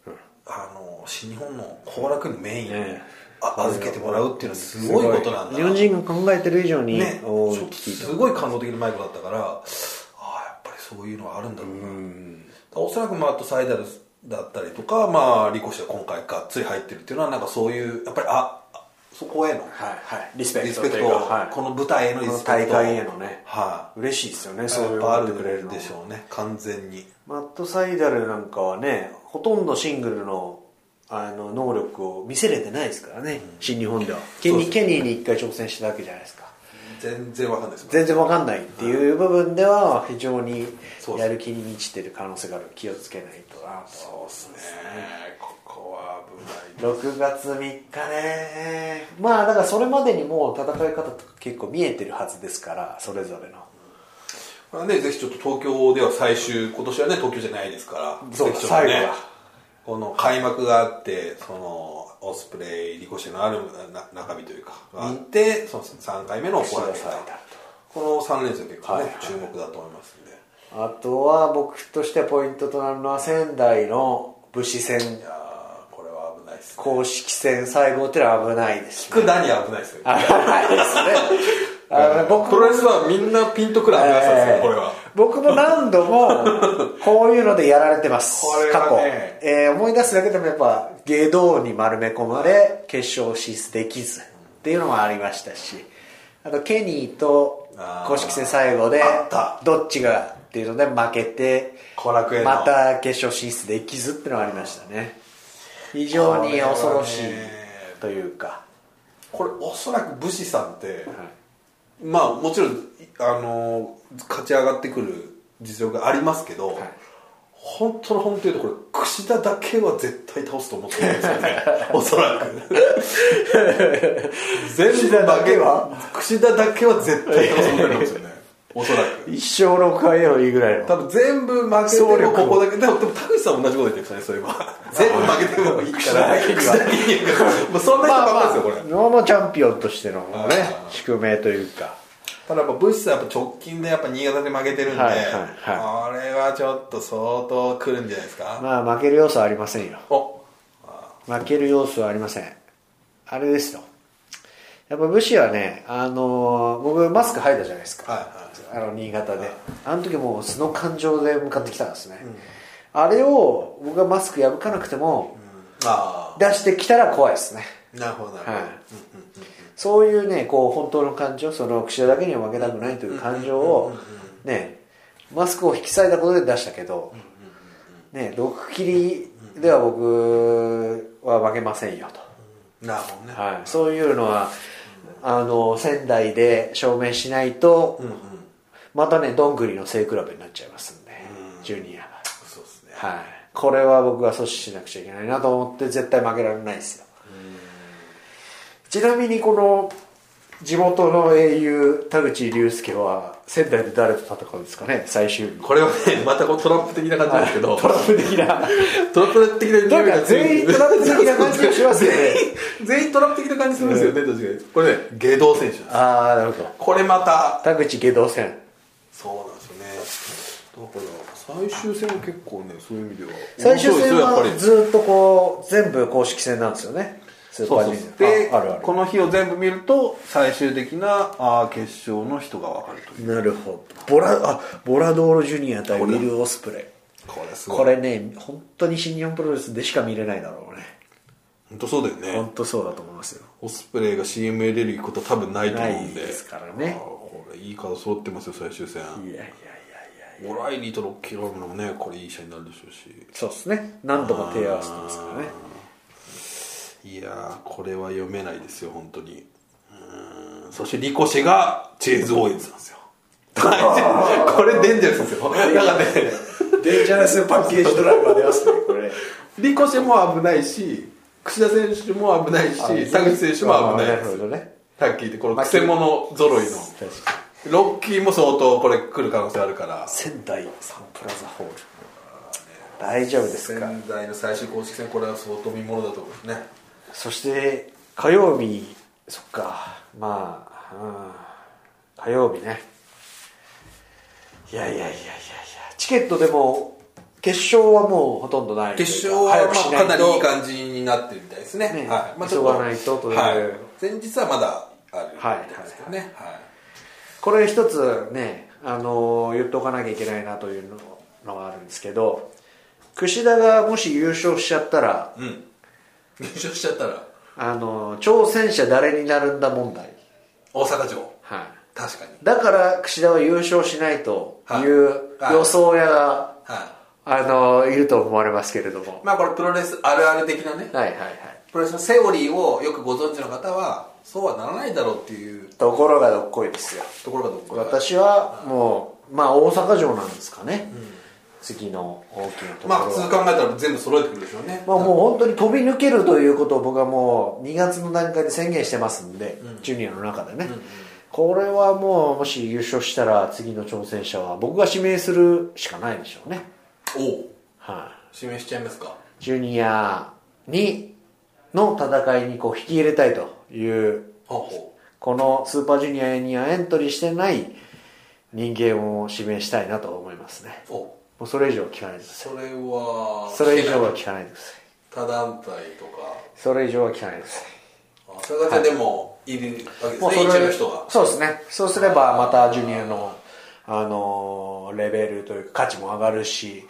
S1: あの新日本の後楽園のメイン、
S2: ね
S1: あ預けてもらうっていうのはすごいことなんだな
S2: 日本人が考えてる以上に、
S1: ね、ち
S2: お
S1: ょ
S2: ー
S1: っと
S2: 聞いた
S1: すごい感動的なマイクだったからああやっぱりそういうのはあるんだろうな、おそらくマット・サイダルだったりとか、まあ、リコシが今回がっつり入ってるっていうのはなんかそういうやっぱりああそこへの
S2: はいはいリスペクト
S1: リスペク
S2: という
S1: ト、
S2: かはい
S1: この舞台へのリ
S2: この
S1: スペ
S2: 大
S1: クト
S2: 会へのね
S1: は
S2: 嬉しいですよね
S1: い、
S2: そうい
S1: や
S2: う
S1: っ
S2: の
S1: ぱあ
S2: やってくれる
S1: る
S2: の
S1: でしょうね完全に
S2: マット・サイダルなんかはねほとんどシングルのあの能力を見せれてないですからね、新日本ではケニーケニーに一回挑戦しただけじゃないですか
S1: 全然わかんないです
S2: 全然わかんないっていう部分では非常に
S1: そうです
S2: やる気に満ちてる可能性がある気をつけないとなと
S1: そうですねここは危ない
S2: 6月3日ねまあだからそれまでにもう戦い方とか結構見えてるはずですからそれぞれの
S1: これはね、ぜひちょっと東京では最終、今年はね、東京じゃないですから、
S2: そう
S1: ぜ
S2: だ
S1: ひちょっとね
S2: 最後だ
S1: この開幕があって、その、オスプレイ、リコシェのあるな中身というか、があって、そうですね、3回目の
S2: 櫛
S1: ホラ
S2: 田
S1: ー
S2: サイダル
S1: この3連戦結構ね、
S2: はいはい
S1: 注目だと思いますんで。
S2: あとは僕としてはポイントとなるのは仙台の武士戦
S1: いやー、これは危ないですね。
S2: 公式戦最後ってのは危ないです、ね、
S1: くだに危ないですよ。
S2: 危ないですねあの僕
S1: プロレスはみんなピンとくる危ないですよ、これは。
S2: 僕も何度もこういうのでやられてま す
S1: これ
S2: 過
S1: は
S2: 去、
S1: ね
S2: えー思い出すだけでもやっぱ芸道に丸め込まれ決勝進出できずっていうのもありましたしあとケニーと
S1: あー
S2: 公式戦最後で
S1: あった
S2: どっちがっていうので負けて
S1: 後楽園の
S2: また決勝進出できずっていうのがありましたね非常に恐ろしい
S1: これはね
S2: というか、
S1: これ、おそらく武士さんって、まあもちろん、あのー勝ち上がってくる実力がありますけど、
S2: い
S1: 本当の本当に言うとこれ櫛田だけは絶対倒すと思ってるんですよ ねおそらく全部負けは櫛田だけは絶対倒すと思ってるんです よねおそらく
S2: 一生6回でもいいぐらいの
S1: 多分全部負けて
S2: 総力
S1: も
S2: を
S1: ここだけでもでも田口さんも同じこと言ってましたねそういえば全部負けて もいいから
S2: 櫛田だけには
S1: 櫛田だけにはもうそんな人ばっかりですよこれ、
S2: ノーマチャンピオンとしてのね
S1: あー
S2: 宿命というか
S1: ただやっぱブッシュさんやっぱ直近でやっぱ新潟で負けてるんで、
S2: はいはい
S1: あれはちょっと相当くるんじゃないですか、
S2: まあ負ける要素はありませんよ
S1: お
S2: 負ける要素はありませんあれですよやっぱ武士はねあのー僕マスク履いたじゃないですか、
S1: はいはい
S2: あの新潟であの時もう素の感情で向かってきたんですね、あれを僕がマスク破かなくても
S1: あ
S2: 出してきたら怖いですね
S1: あなるほどなるほど、
S2: はいそういうねこう本当の感情その櫛田だけには負けたくないという感情をねマスクを引き裂いたことで出したけど、ね毒切りでは僕は負けませんよと、
S1: なるほどね、
S2: はい、そういうのは、あの仙台で証明しないと、
S1: うんうん
S2: またねどんぐりの背比べになっちゃいますんで、ジュニアが
S1: そうですね
S2: はいこれは僕は阻止しなくちゃいけないなと思って絶対負けられないですよちなみにこの地元の英雄田口竜介は仙台で誰と戦うんですかね最終日
S1: これはねまたこうトラップ的な感じですけど、
S2: トラップ的 な
S1: トラップ的な
S2: なんか全員トラップ的な感じがしますよね
S1: 全員トラップ的な感じするんですよね、確かにこれね芸道選手です
S2: ああなるほど
S1: これまた
S2: 田口下道戦
S1: そうなんですよねだから最終戦は結構ねそういう意味では
S2: 最終戦
S1: 面白
S2: はい
S1: ですよやっ
S2: ずっとこう全部公式戦なんですよねスーパ
S1: ぱ
S2: ー
S1: りそう
S2: ジュ
S1: そ
S2: ニ
S1: う
S2: ア
S1: で
S2: ああるあ
S1: この日を全部見ると最終的なあー決勝の人が分かるという
S2: るなるほどボラあボラドーロジュニア対ウィル・オスプレイ
S1: これす
S2: これね本当に新日本プロレスでしか見れないだろうね
S1: 本当そうだよね
S2: 本当そうだと思いますよ
S1: オスプレイが CM 出ること多分ないと思うんで
S2: ないですからね
S1: あーこれいいカード揃ってますよ最終戦
S2: いやいやいやいや
S1: オライリーとロッキーロールのもねこれいい試合になるでしょうし
S2: そうですね何度も手合わせてますからね
S1: いやーこれは読めないですよ本当にうーんそしてリコシェがチェーズ・オーエンズなんです よこれデンジャラスですよだからね
S2: デンジャラスパッケージドライバー出ますねこれ
S1: リコシェも危ないし櫛田選手も危ないし田口選手も危ない
S2: な
S1: で
S2: るほ
S1: す
S2: どね
S1: タッキーってこれクセ者揃いの
S2: 確かに
S1: ロッキーも相当これ来る可能性あるから
S2: 仙台サンプラザホール大丈夫ですか
S1: 仙台の最終公式戦これは相当見ものだと思いますね
S2: そして火曜日そっかまあ、うん、火曜日ねいやいやいやいやいやチケットでも決勝はもうほとんどないというか
S1: 決勝は
S2: 早くし
S1: ま
S2: な
S1: あ
S2: い
S1: かな
S2: と
S1: りいい感じになってるみたいですね
S2: ね
S1: はいまあ、
S2: 急がないとという
S1: はい、前日はまだあるみ
S2: はい
S1: たいですけどね、はい
S2: これ一つね、あのー言っておかなきゃいけないなというののがあるんですけど櫛田がもし優勝しちゃったら、
S1: うん優勝しちゃったら
S2: あのー挑戦者誰になるんだ問題、
S1: 大阪城
S2: はい、
S1: 確かに
S2: だから櫛田は優勝しないとい
S1: は
S2: う
S1: い
S2: 予想屋が、
S1: は
S2: あのいると思われますけれども
S1: いまあこれプロレスあるある的なね
S2: はいはいはい
S1: プロレスのセオリーをよくご存知の方はそうはならないだろうっていう
S2: ところがどっこいですよ
S1: ところがどっか
S2: 私はもうまあ大阪城なんですかね、次の大きなところ
S1: まあ
S2: は
S1: 普通考えたら全部揃えてくるでしょうね
S2: まあもう本当に飛び抜けるということを僕はもう2月の段階で宣言してますんで、ジュニアの中でね、これはもうもし優勝したら次の挑戦者は僕が指名するしかないでしょうね
S1: おお
S2: はい、
S1: 指名しちゃいますか
S2: ジュニアにの戦いにこう引き入れたいという
S1: ほうほう
S2: このスーパージュニアにはエントリーしてない人間を指名したいなと思いますね
S1: お
S2: もうそれ以上は聞かないでくださ
S1: それはい
S2: それ以上は聞かないでください
S1: 他団体とか
S2: それ以上は聞かないでください
S1: あそれだけでもいるわけですね、
S2: もうそれ
S1: 一応の人が
S2: そうですねそうすればまたジュニアのあのレベルというか価値も上がるし、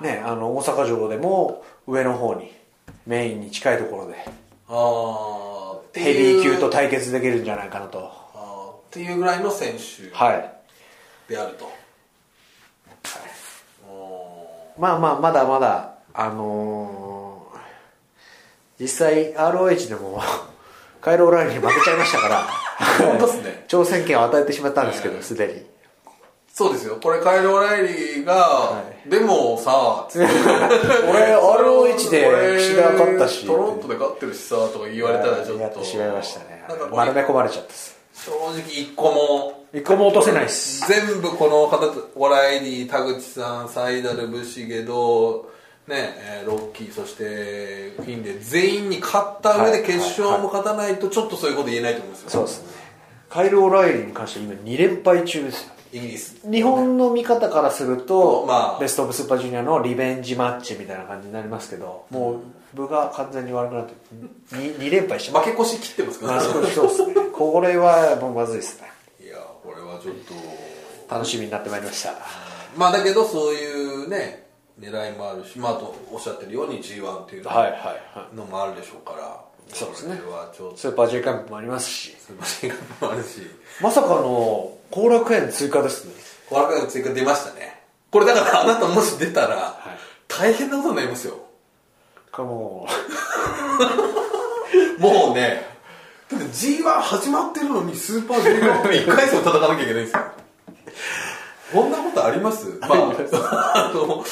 S2: ね、あの大阪城でも上の方にメインに近いところで
S1: あーって
S2: ヘ
S1: いう
S2: ビー級と対決できるんじゃないかなと
S1: あーっていうぐらいの選手
S2: はい
S1: であると、お
S2: まあまあまだまだあのー実際 ROH でもカイロ・オライリーに負けちゃいましたから
S1: 本当っすね
S2: 挑戦権を与えてしまったんですけどすでに
S1: ーそうですよこれカイル・オライリーが、でもさ つって
S2: 俺 ROH で岸田勝ったし
S1: トロントで勝ってるしさとか言われたらちょっと
S2: やってしまいましたね
S1: なんかこう
S2: 丸め込まれちゃったっす
S1: 正直一個も
S2: 一個も落とせないっす
S1: 全部この方とオライリー田口さんサイダルブシゲドねえーロッキーそしてフィンレイ全員に勝った上で決勝も勝たないとちょっとそういうこと言えないと思うんですよ、
S2: そうですねカイル・オライリーに関しては今2連敗中ですよ
S1: イギリス
S2: 日本の見方からすると、
S1: まあ
S2: ベスト・オブ・スーパージュニアのリベンジマッチみたいな感じになりますけどもう部が完全に悪くなって 2, 連敗してます
S1: 負け越し切ってますから、
S2: あそこそうですねこれはもうまずいですね
S1: いやこれはちょっと
S2: 楽しみになってまいりました
S1: まあだけどそういうね狙いもあるしまああとおっしゃってるように G1 っていうのも
S2: はいはいは
S1: のもあるでしょうから
S2: そうですね
S1: これはちょっと
S2: スーパー J カンプもありますし
S1: すいませんもあるし
S2: まさかの後楽園追加ですね
S1: ワールドカップ追加出ましたねこれだからあなたもし出たら
S2: い
S1: 大変なことになりますよ
S2: これも
S1: もうね
S4: だって G1 始まってるのにスーパー J1
S1: 1回戦を戦わなきゃいけないんですよこんなことありますまああの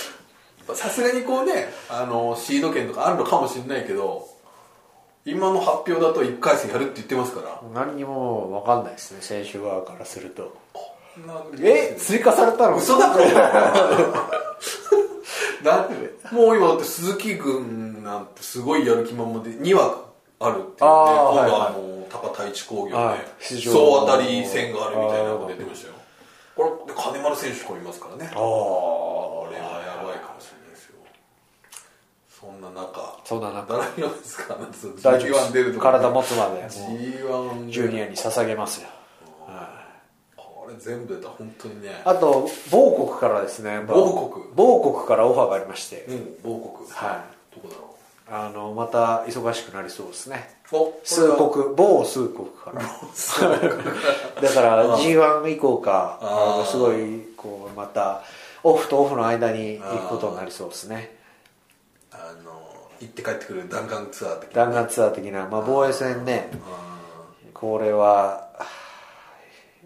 S1: さすがにこうねあのシード権とかあるのかもしれないけど今の発表だと1回戦やるって言ってますから
S2: う何にも分かんないですね選手側からすると
S1: こんな
S2: え追加されたの
S1: 嘘 だろだってもう今だって鈴木軍なんてすごいやる気満々で2枠あるっていうね今度
S2: あー
S1: は
S2: はい
S1: あの高田一工業
S2: は
S1: で
S2: い出場
S1: 総当たり戦があるみたいなのが出てましたよこれで金丸選手とかいますからね
S2: あ
S1: こ
S2: あ
S1: れはやばいかもしれないですよそんな中
S2: そんな中
S1: 誰がですかなんてその
S2: 大丈夫
S1: G1 出る
S2: です
S1: とか
S2: 体持つまでも
S1: G1
S2: うジュニ
S1: ア
S2: アに捧げますよ
S1: これ全部出たら本当にね
S2: あと某国からですね
S1: 某国
S2: 某国からオファーがありまして、
S1: うん某国
S2: は
S1: どこだろ
S2: あのまた忙しくなりそうですね
S1: うお
S2: 数国某数国からだから G1 以降か
S1: あー
S2: あのすごいこうまたオフとオフの間に行くことになりそうですね
S1: あの行って帰ってくる弾丸ツアー的な
S2: 弾丸ツアー的な、まあ、防衛戦ねこれははあ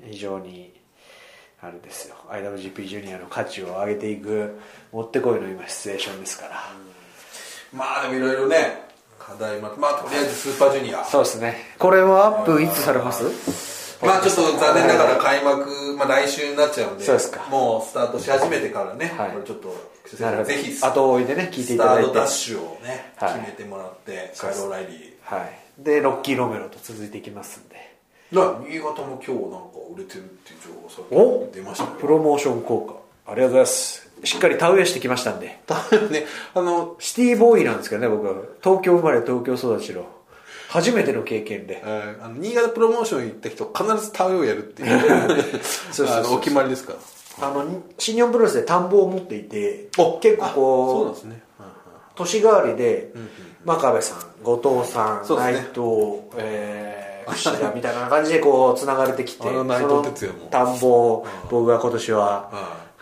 S2: 非常にあれですよ IWGP ジュニアの価値を上げていくもってこいの今シチュエーションですから、
S1: まあでもいろいろね課題ままあとりあえずスーパージュニア
S2: そうですねこれはアップいつされます
S1: まあちょっと残念ながら開幕、まあ、来週になっちゃうんで
S2: そうですか
S1: もうスタートし始めてからね、
S2: はい
S1: これちょっと
S2: なるほど
S1: ぜひス
S2: 後追いでね聞いていただい
S1: スター
S2: て
S1: トダッシュをね、
S2: はい
S1: 決めてもらって
S2: そう
S1: カイ
S2: です
S1: ロ・ライリー
S2: はい、でロッキー・ロメロと続いていきますんで
S1: な新潟も今日なんか売れてるっていう情報さ
S2: お
S1: 出ましたよ
S2: プロモーション効果ありがとうございますしっかり田植えしてきましたんで
S1: ねあの
S2: シティボーイなんですけどね僕は東京生まれ東京育ちの初めての経験で
S1: えーあの新潟プロモーション行った人必ず田植えをやるって いう
S2: そうそうそう
S1: あのお決まりですから
S2: あの新日本プロレスで田んぼを持っていて
S1: お
S2: 結構
S1: そうなん
S2: こ
S1: です
S2: う
S1: ね、
S2: 年替わりで、真壁さん後藤さん、
S1: そう
S2: 内
S1: ですね
S2: 藤、えー、串田みたいな感じでこうつながれてきて
S1: あの内藤哲也も
S2: その田んぼを僕が今年は、
S1: は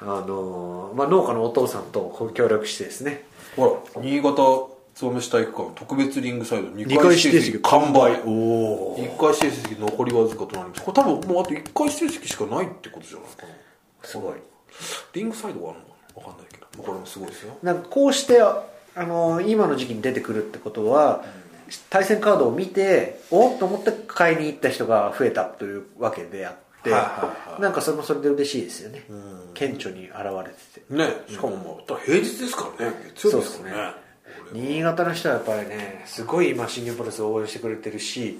S2: あのーまあ、農家のお父さんとこう協力してですね
S1: ほら、新潟燕市体育館特別リングサイド2
S2: 2回
S1: 回指
S2: 指定
S1: 定
S2: 席
S1: 席
S2: 完
S1: 完
S2: 売
S1: 売。
S2: おお
S1: 1回指定席残りわずかとなります。これ多分もうあと1回指定席しかないってことじゃないかな。
S2: すごい
S1: リングサイドがあるのかなわかんないけど。まあこれもすごいですよ。
S2: なんかこうして、あのー今の時期に出てくるってことは、対戦カードを見ておっと思って買いに行った人が増えたというわけであって、
S1: はいはいはい
S2: なんかそれもそれで嬉しいですよね、顕著に現れてて
S1: ね、しかもまあ、平日ですからね。月曜日ですからね。
S2: 新潟の人はやっぱりねすごい今新日本プロレスを応援してくれてるし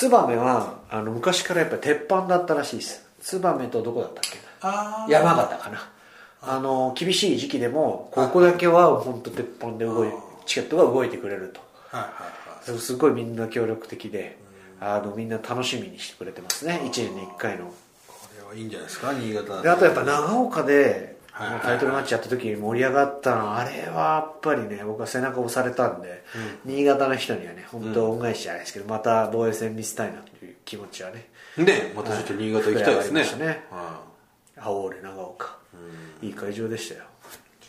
S2: 燕はあの昔からやっぱり鉄板だったらしいです燕とどこだったっけ
S1: あ
S2: な山形かなあの厳しい時期でもここだけは本当鉄板で動いチケットが動いてくれると
S1: あ。はいはいはい。
S2: そうすごいみんな協力的であのみんな楽しみにしてくれてますね1年に1回の
S1: これはいいんじゃないですか、新潟
S2: であとやっぱ長岡で
S1: はいはいはい
S2: タイトルマッチやった時に盛り上がったのあれはやっぱりね僕は背中を押されたんで、新潟の人にはね本当恩返しじゃないですけど、また防衛戦見せたいなという気持ちはね
S1: ね、またちょっと新潟行きたいですね。
S2: はい膨らみましたね
S1: は
S2: 青俺長岡、いい会場でしたよ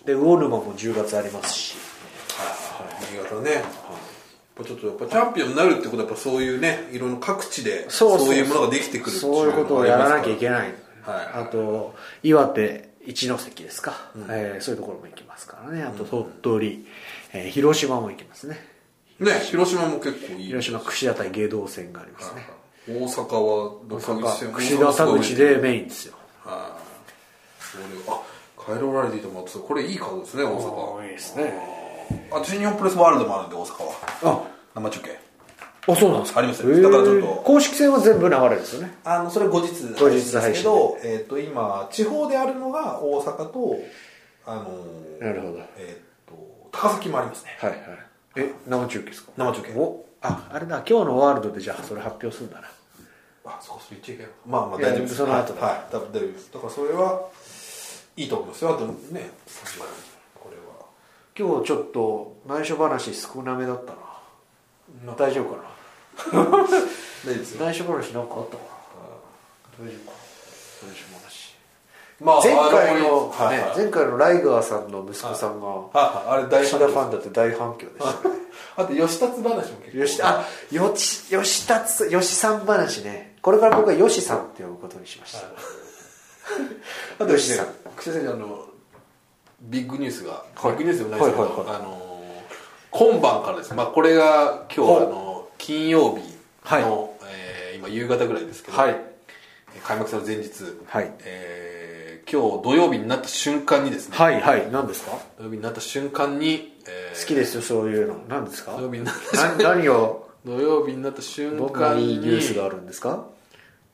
S2: で魚沼も10月ありますし
S1: い新潟ね。やっぱちょっとやっぱチャンピオンになるってことはやっぱそういうね、いろんな各地でそういうものができてくるって
S2: そういうことをやらなきゃいけ
S1: い。
S2: ない、
S1: はい
S2: あと岩手一関ですか、えーそういうところも行きますからねあと鳥取、えー広島も行きますね
S1: ね、広島も結構いい。
S2: 広島櫛田対芸道戦がありますね、
S1: 大阪はどこにしても
S2: 串田田口でメインですよ
S1: あカイロラリティと松これいいカードですね大阪
S2: いいですね
S1: あ新日本プロレスワールドもあるんで大阪は
S2: あ
S1: 生中継
S2: あそうなんですか
S1: ありますよだからちょっと
S2: へー公式戦は全部流れるんですよね
S1: あのそれ後日配信
S2: 後日配信で
S1: ですけど、えっと今地方であるのが大阪とあのー
S2: なるほどはい
S1: えっと高崎もありますね
S2: はいえ生中継ですか
S1: 生中継
S2: おああれだ今日のワールドでじゃあそれ発表するんだな
S1: あそこそれ言っちゃいけないまあまあ
S2: いや
S1: 大丈夫です
S2: その後だ
S1: はい、はい、多分大丈夫ですだからそれはいいと思いますよあとねこれは
S2: 今日ちょっと内緒話少なめだったな大丈夫か
S1: 大丈夫です
S2: な内緒話なんかあったかな大丈夫かな内緒話
S1: まあ
S2: 前回の、
S1: あれ
S2: ね
S1: ははい
S2: 前回のライガーさんの息子さんが、
S1: ああれ大
S2: 吉
S1: 反
S2: 田
S1: 響
S2: ファンだって大反響でしたね
S1: あと吉達話も結構
S2: 吉田あよち吉田つ吉さん話ねこれから僕は吉さんって呼ぶことにしました、
S1: あとね
S2: 吉さん
S1: 久世選手あのビッグニュースが、
S2: は
S1: ビ
S2: い
S1: ッグニュースでもないですけど、
S2: はいはいはい
S1: あのー今晩からです、まあ、これが今日、
S2: はい
S1: あの金曜日の、
S2: はい
S1: えー今夕方ぐらいですけど、
S2: はい
S1: 開幕戦の前日、
S2: はい
S1: えー今日土曜日になった瞬間にですね、
S2: はいはい何ですか好
S1: 土曜日になった瞬間に、えー
S2: きですよそういうの何ですか
S1: 土曜日になった
S2: な何を
S1: 土曜日になった瞬
S2: 僕
S1: 間
S2: にい
S1: に
S2: いニュースがあるんですか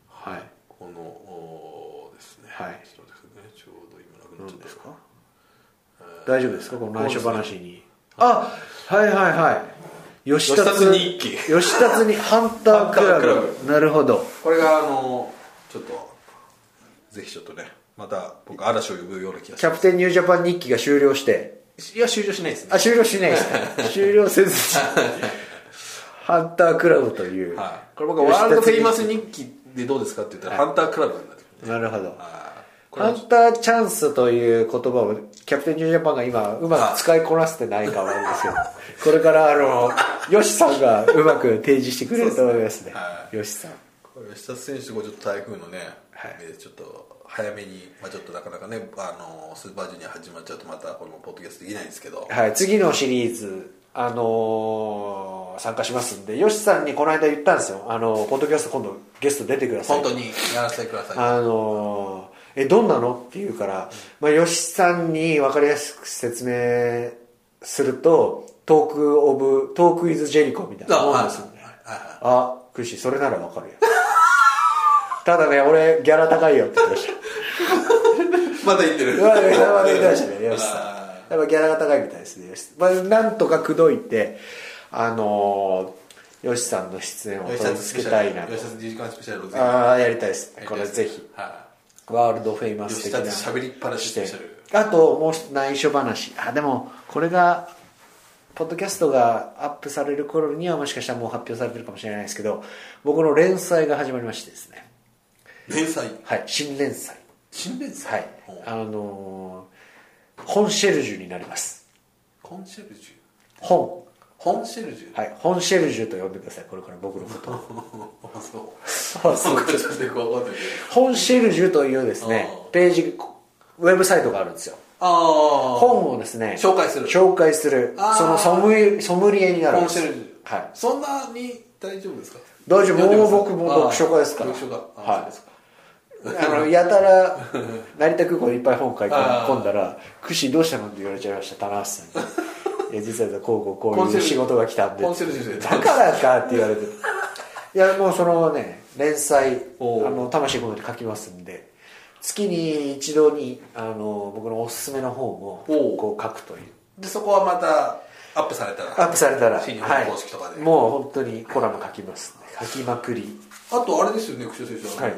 S2: はい
S1: このおーですね
S2: はい
S1: そうですねちょうど今なくなっちゃった
S2: ですか大丈夫ですかこの内緒話にあはいはいはい吉
S1: 吉達日記
S2: 吉達にハンタークラブ
S1: ハンタークラ
S2: なるほど
S1: これがあのちょっとぜひちょっとねまた僕嵐を呼ぶような気がし
S2: キャプテンニュージャパン日記が終了して
S1: ますいや終了しないですね
S2: あ終了しないですね終了せずにハンタークラブという、
S1: はいこれ僕はワールドフェイマス
S2: 吉
S1: 日記でどうですかって言ったらハンタークラブになってくる
S2: 達なるほど
S1: あーこれ
S2: ハンターチャンスという言葉をキャプテンニュージャパンが今うまく使いこなせてないかもなんですよこれからあのヨシさんがうまく提示してくれると思いますね
S1: は
S2: ヨシさん
S1: これ吉田選手もちょっと台風のね、
S2: はい
S1: でちょっと早めに、まあ、ちょっとなかなかねあのスーパージュニア始まっちゃうとまたこのポッドキャストできないんですけど
S2: はい、次のシリーズ、あのー参加しますんで、ヨシさんにこの間言ったんですよ、あのーポッドキャスト今度ゲスト出てください
S1: 本当にやらせてください
S2: あのーえ、どんなのって言うから、まあ、ヨシさんに分かりやすく説明すると、トークオブ、トークイズジェリコみたいなもんですよ
S1: は
S2: ね。
S1: いはい
S2: あ、クッシー、それなら分かるよ。ただね、俺、ギャラ高いよって言ってました。
S1: まだ言ってる
S2: うわまでいましたねよし
S1: あ
S2: さんやっぱギャラが高いみたいですねよしまあ、なんとか口説いてあのー、よしさんの出演を
S1: ー
S2: 取
S1: 吉田
S2: り
S1: ス
S2: 付
S1: ペシ
S2: け
S1: ャ
S2: た
S1: ル
S2: いなと
S1: 吉田2時間スペシャルをぜひ
S2: ああやりたいですねこれ
S1: やりたい
S2: ぜ
S1: です
S2: ひ
S1: は
S2: ワールドフェイマ
S1: い
S2: ス
S1: 吉
S2: 的
S1: 田
S2: な
S1: としゃべりっぱなしスペシャル
S2: あともう内緒話あでもこれがポッドキャストがアップされる頃にはもしかしたらもう発表されてるかもしれないですけど僕の連載が始まりましてですね
S1: 連載
S2: はい新連載
S1: 新連載
S2: はい
S1: ほう
S2: あのーコンシェルジュになります
S1: コンシェルジュ
S2: 本
S1: コンシェルジュ
S2: はい本シェルジュと呼んでくださいこれから僕 のことを
S1: あそう
S2: そうそう
S1: 僕はちょっとよくわかんないけど
S2: 本シェルジュというですね
S1: あー
S2: ページウェブサイトがあるんですよ
S1: ああ
S2: 本をですね
S1: 紹介する
S2: 紹介する
S1: あー
S2: そのソムリソムリエになるん
S1: コ
S2: で
S1: ンシ
S2: す
S1: ェルジュ
S2: はい
S1: そんなに大丈夫ですか
S2: 大丈夫
S1: 読んでま
S2: もう
S1: す
S2: 僕も
S1: ああ
S2: 読書家ですから
S1: 読書家あ
S2: はい
S1: そうですか
S2: あ のやたら成田空港でいっぱい本書いて込んだら「クシーどうしたの?」って言われちゃいました棚橋さん に「いや実はこうこうこういう仕事が来たんで」
S1: コンシェルジュ
S2: だからかって言われ ていやもうそのね連載あ
S1: おう
S2: の魂込めて書きますんで月に一度にあの僕のおすすめの本を
S1: おう
S2: こう書くという
S1: でそこはまたアップされたら
S2: アップされたら、
S1: 新日
S2: は
S1: 本公式とか
S2: い、
S1: で
S2: もう本当にコラム書きますね書きまくり
S1: あとあれですよね、久世選手、あの
S2: はい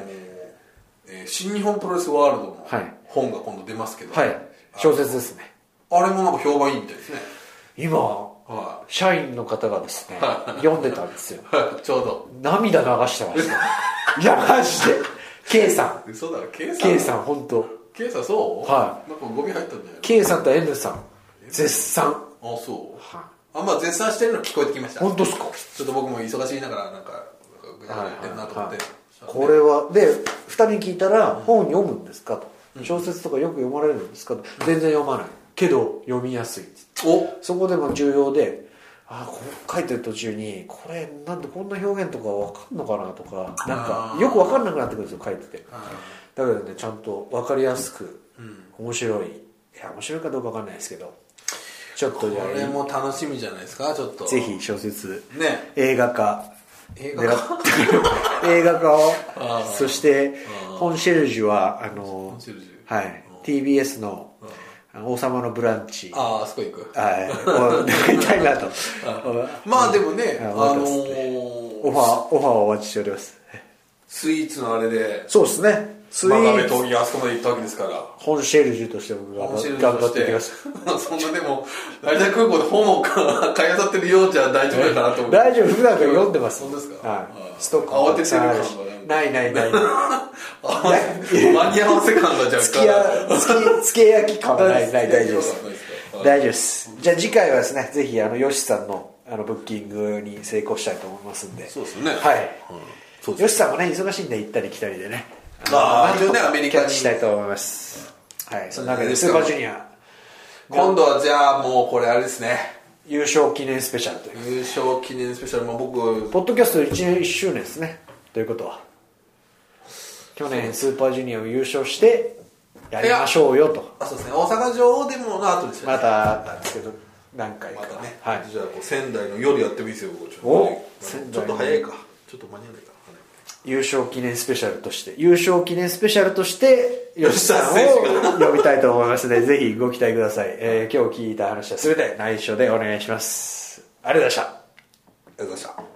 S1: えー新日本プロレスワールドの
S2: はい
S1: 本が今度出ますけど、
S2: はい小説ですね
S1: あれもなんか評判いいみたいですね、
S2: 今
S1: は
S2: 社員の方がで すね読んでたんですよ
S1: い、 ちょうど、
S2: 涙流してました いやマジで K さん
S1: 嘘だろ、K さん、
S2: K さん本当
S1: K さんそう
S2: は
S1: なんかゴミ入ったんじゃない
S2: K さんと N さん絶賛
S1: のあ、そう、
S2: は
S1: あんまあ絶賛してるの聞こえてきました、ちょ
S2: 本当っすか
S1: っと僕も忙しいながら、なんか、ぐやぐややってんなと思って、
S2: これはで2人に聞いたら「本読むんですか?」と「小説とかよく読まれるんですか?」と「全然読まないけど読みやすい」
S1: お
S2: そこでも重要であこう書いてる途中にこれなんでこんな表現とかわかんのかなとかなんか
S1: あー
S2: よくわかんなくなってくるんですよ書いててだけどねちゃんとわかりやすく面白いいや面白いかどうかわかんないですけどちょっとじゃ
S1: これも楽しみじゃないですか、ちょっと。
S2: あぜひ小説
S1: ね
S2: 映画化
S1: 映
S2: 狙
S1: 画化
S2: ってる映画化を
S1: あー
S2: そしてコンシェルジュはあの
S1: ンシェルジュ
S2: はい、TBS の「あの王様のブランチ」
S1: ああ、そこ行く。
S2: はい、願いたいなと。
S1: まあでもね、
S2: うん
S1: あの
S2: わかってます
S1: ー
S2: オファー、オファーをお待ちしております。
S1: スイーツのあれで
S2: そうですねスイ
S1: 真鍋
S2: ー
S1: 闘
S2: ツ
S1: 技あそこまで行ったわけですから
S2: コンシェルジュとして僕が
S1: 面白い
S2: 頑張
S1: と
S2: っ
S1: して
S2: いき
S1: て
S2: ます
S1: そんなでも成田空港で本を買いあさってるようじゃ大丈夫かなと思って
S2: 大丈夫普段から読んでます
S1: そうですか
S2: は
S1: あー
S2: いストック
S1: 慌ててる感が
S2: ないない ないない
S1: 間に合わせ感が若干
S2: 付きや付 き付け焼き感はないない大丈夫です
S1: す
S2: 大丈夫ですじゃあ次回はですねぜひあのヨシさんのあのブッキングに成功したいと思いますんで
S1: そうですね
S2: はい、
S5: そうで
S2: ヨシさんもね忙しいんで行ったり来たりでね
S1: まあ
S2: の
S1: 一応ね
S2: なんとか
S1: アメリカに
S2: キャッチしたいと思いますはいそ
S1: そう
S2: の
S1: じゃな
S2: 中
S1: い
S2: で
S1: です
S2: スー
S1: か
S2: パージュニア
S1: 今度はじゃあもうこれあれですね
S2: 優勝記念スペシャルという
S1: 優勝記念スペシャルも僕
S2: ポッドキャスト1年1周年ですねということは去年スーパージュニアを優勝してやりましょうよと
S1: あそうですね大阪城でもの後ですよね
S2: またあったんですけど何回か、
S1: またね、
S2: はい
S1: じゃあこう仙台の夜やってもいいですよここちょっと
S2: お
S1: ね
S2: 仙
S1: ち
S2: 台の
S1: ょっと早いかちょっと間に合わないか
S2: 優勝記念スペシャルとして優勝記念スペシャルとして吉さ
S1: 吉田
S2: ん
S1: 選
S2: を呼びたいと思います のでぜひご期待ください、えー今日聞いた話は全て内緒でお願いしますありがとうございました
S1: ありがとうございました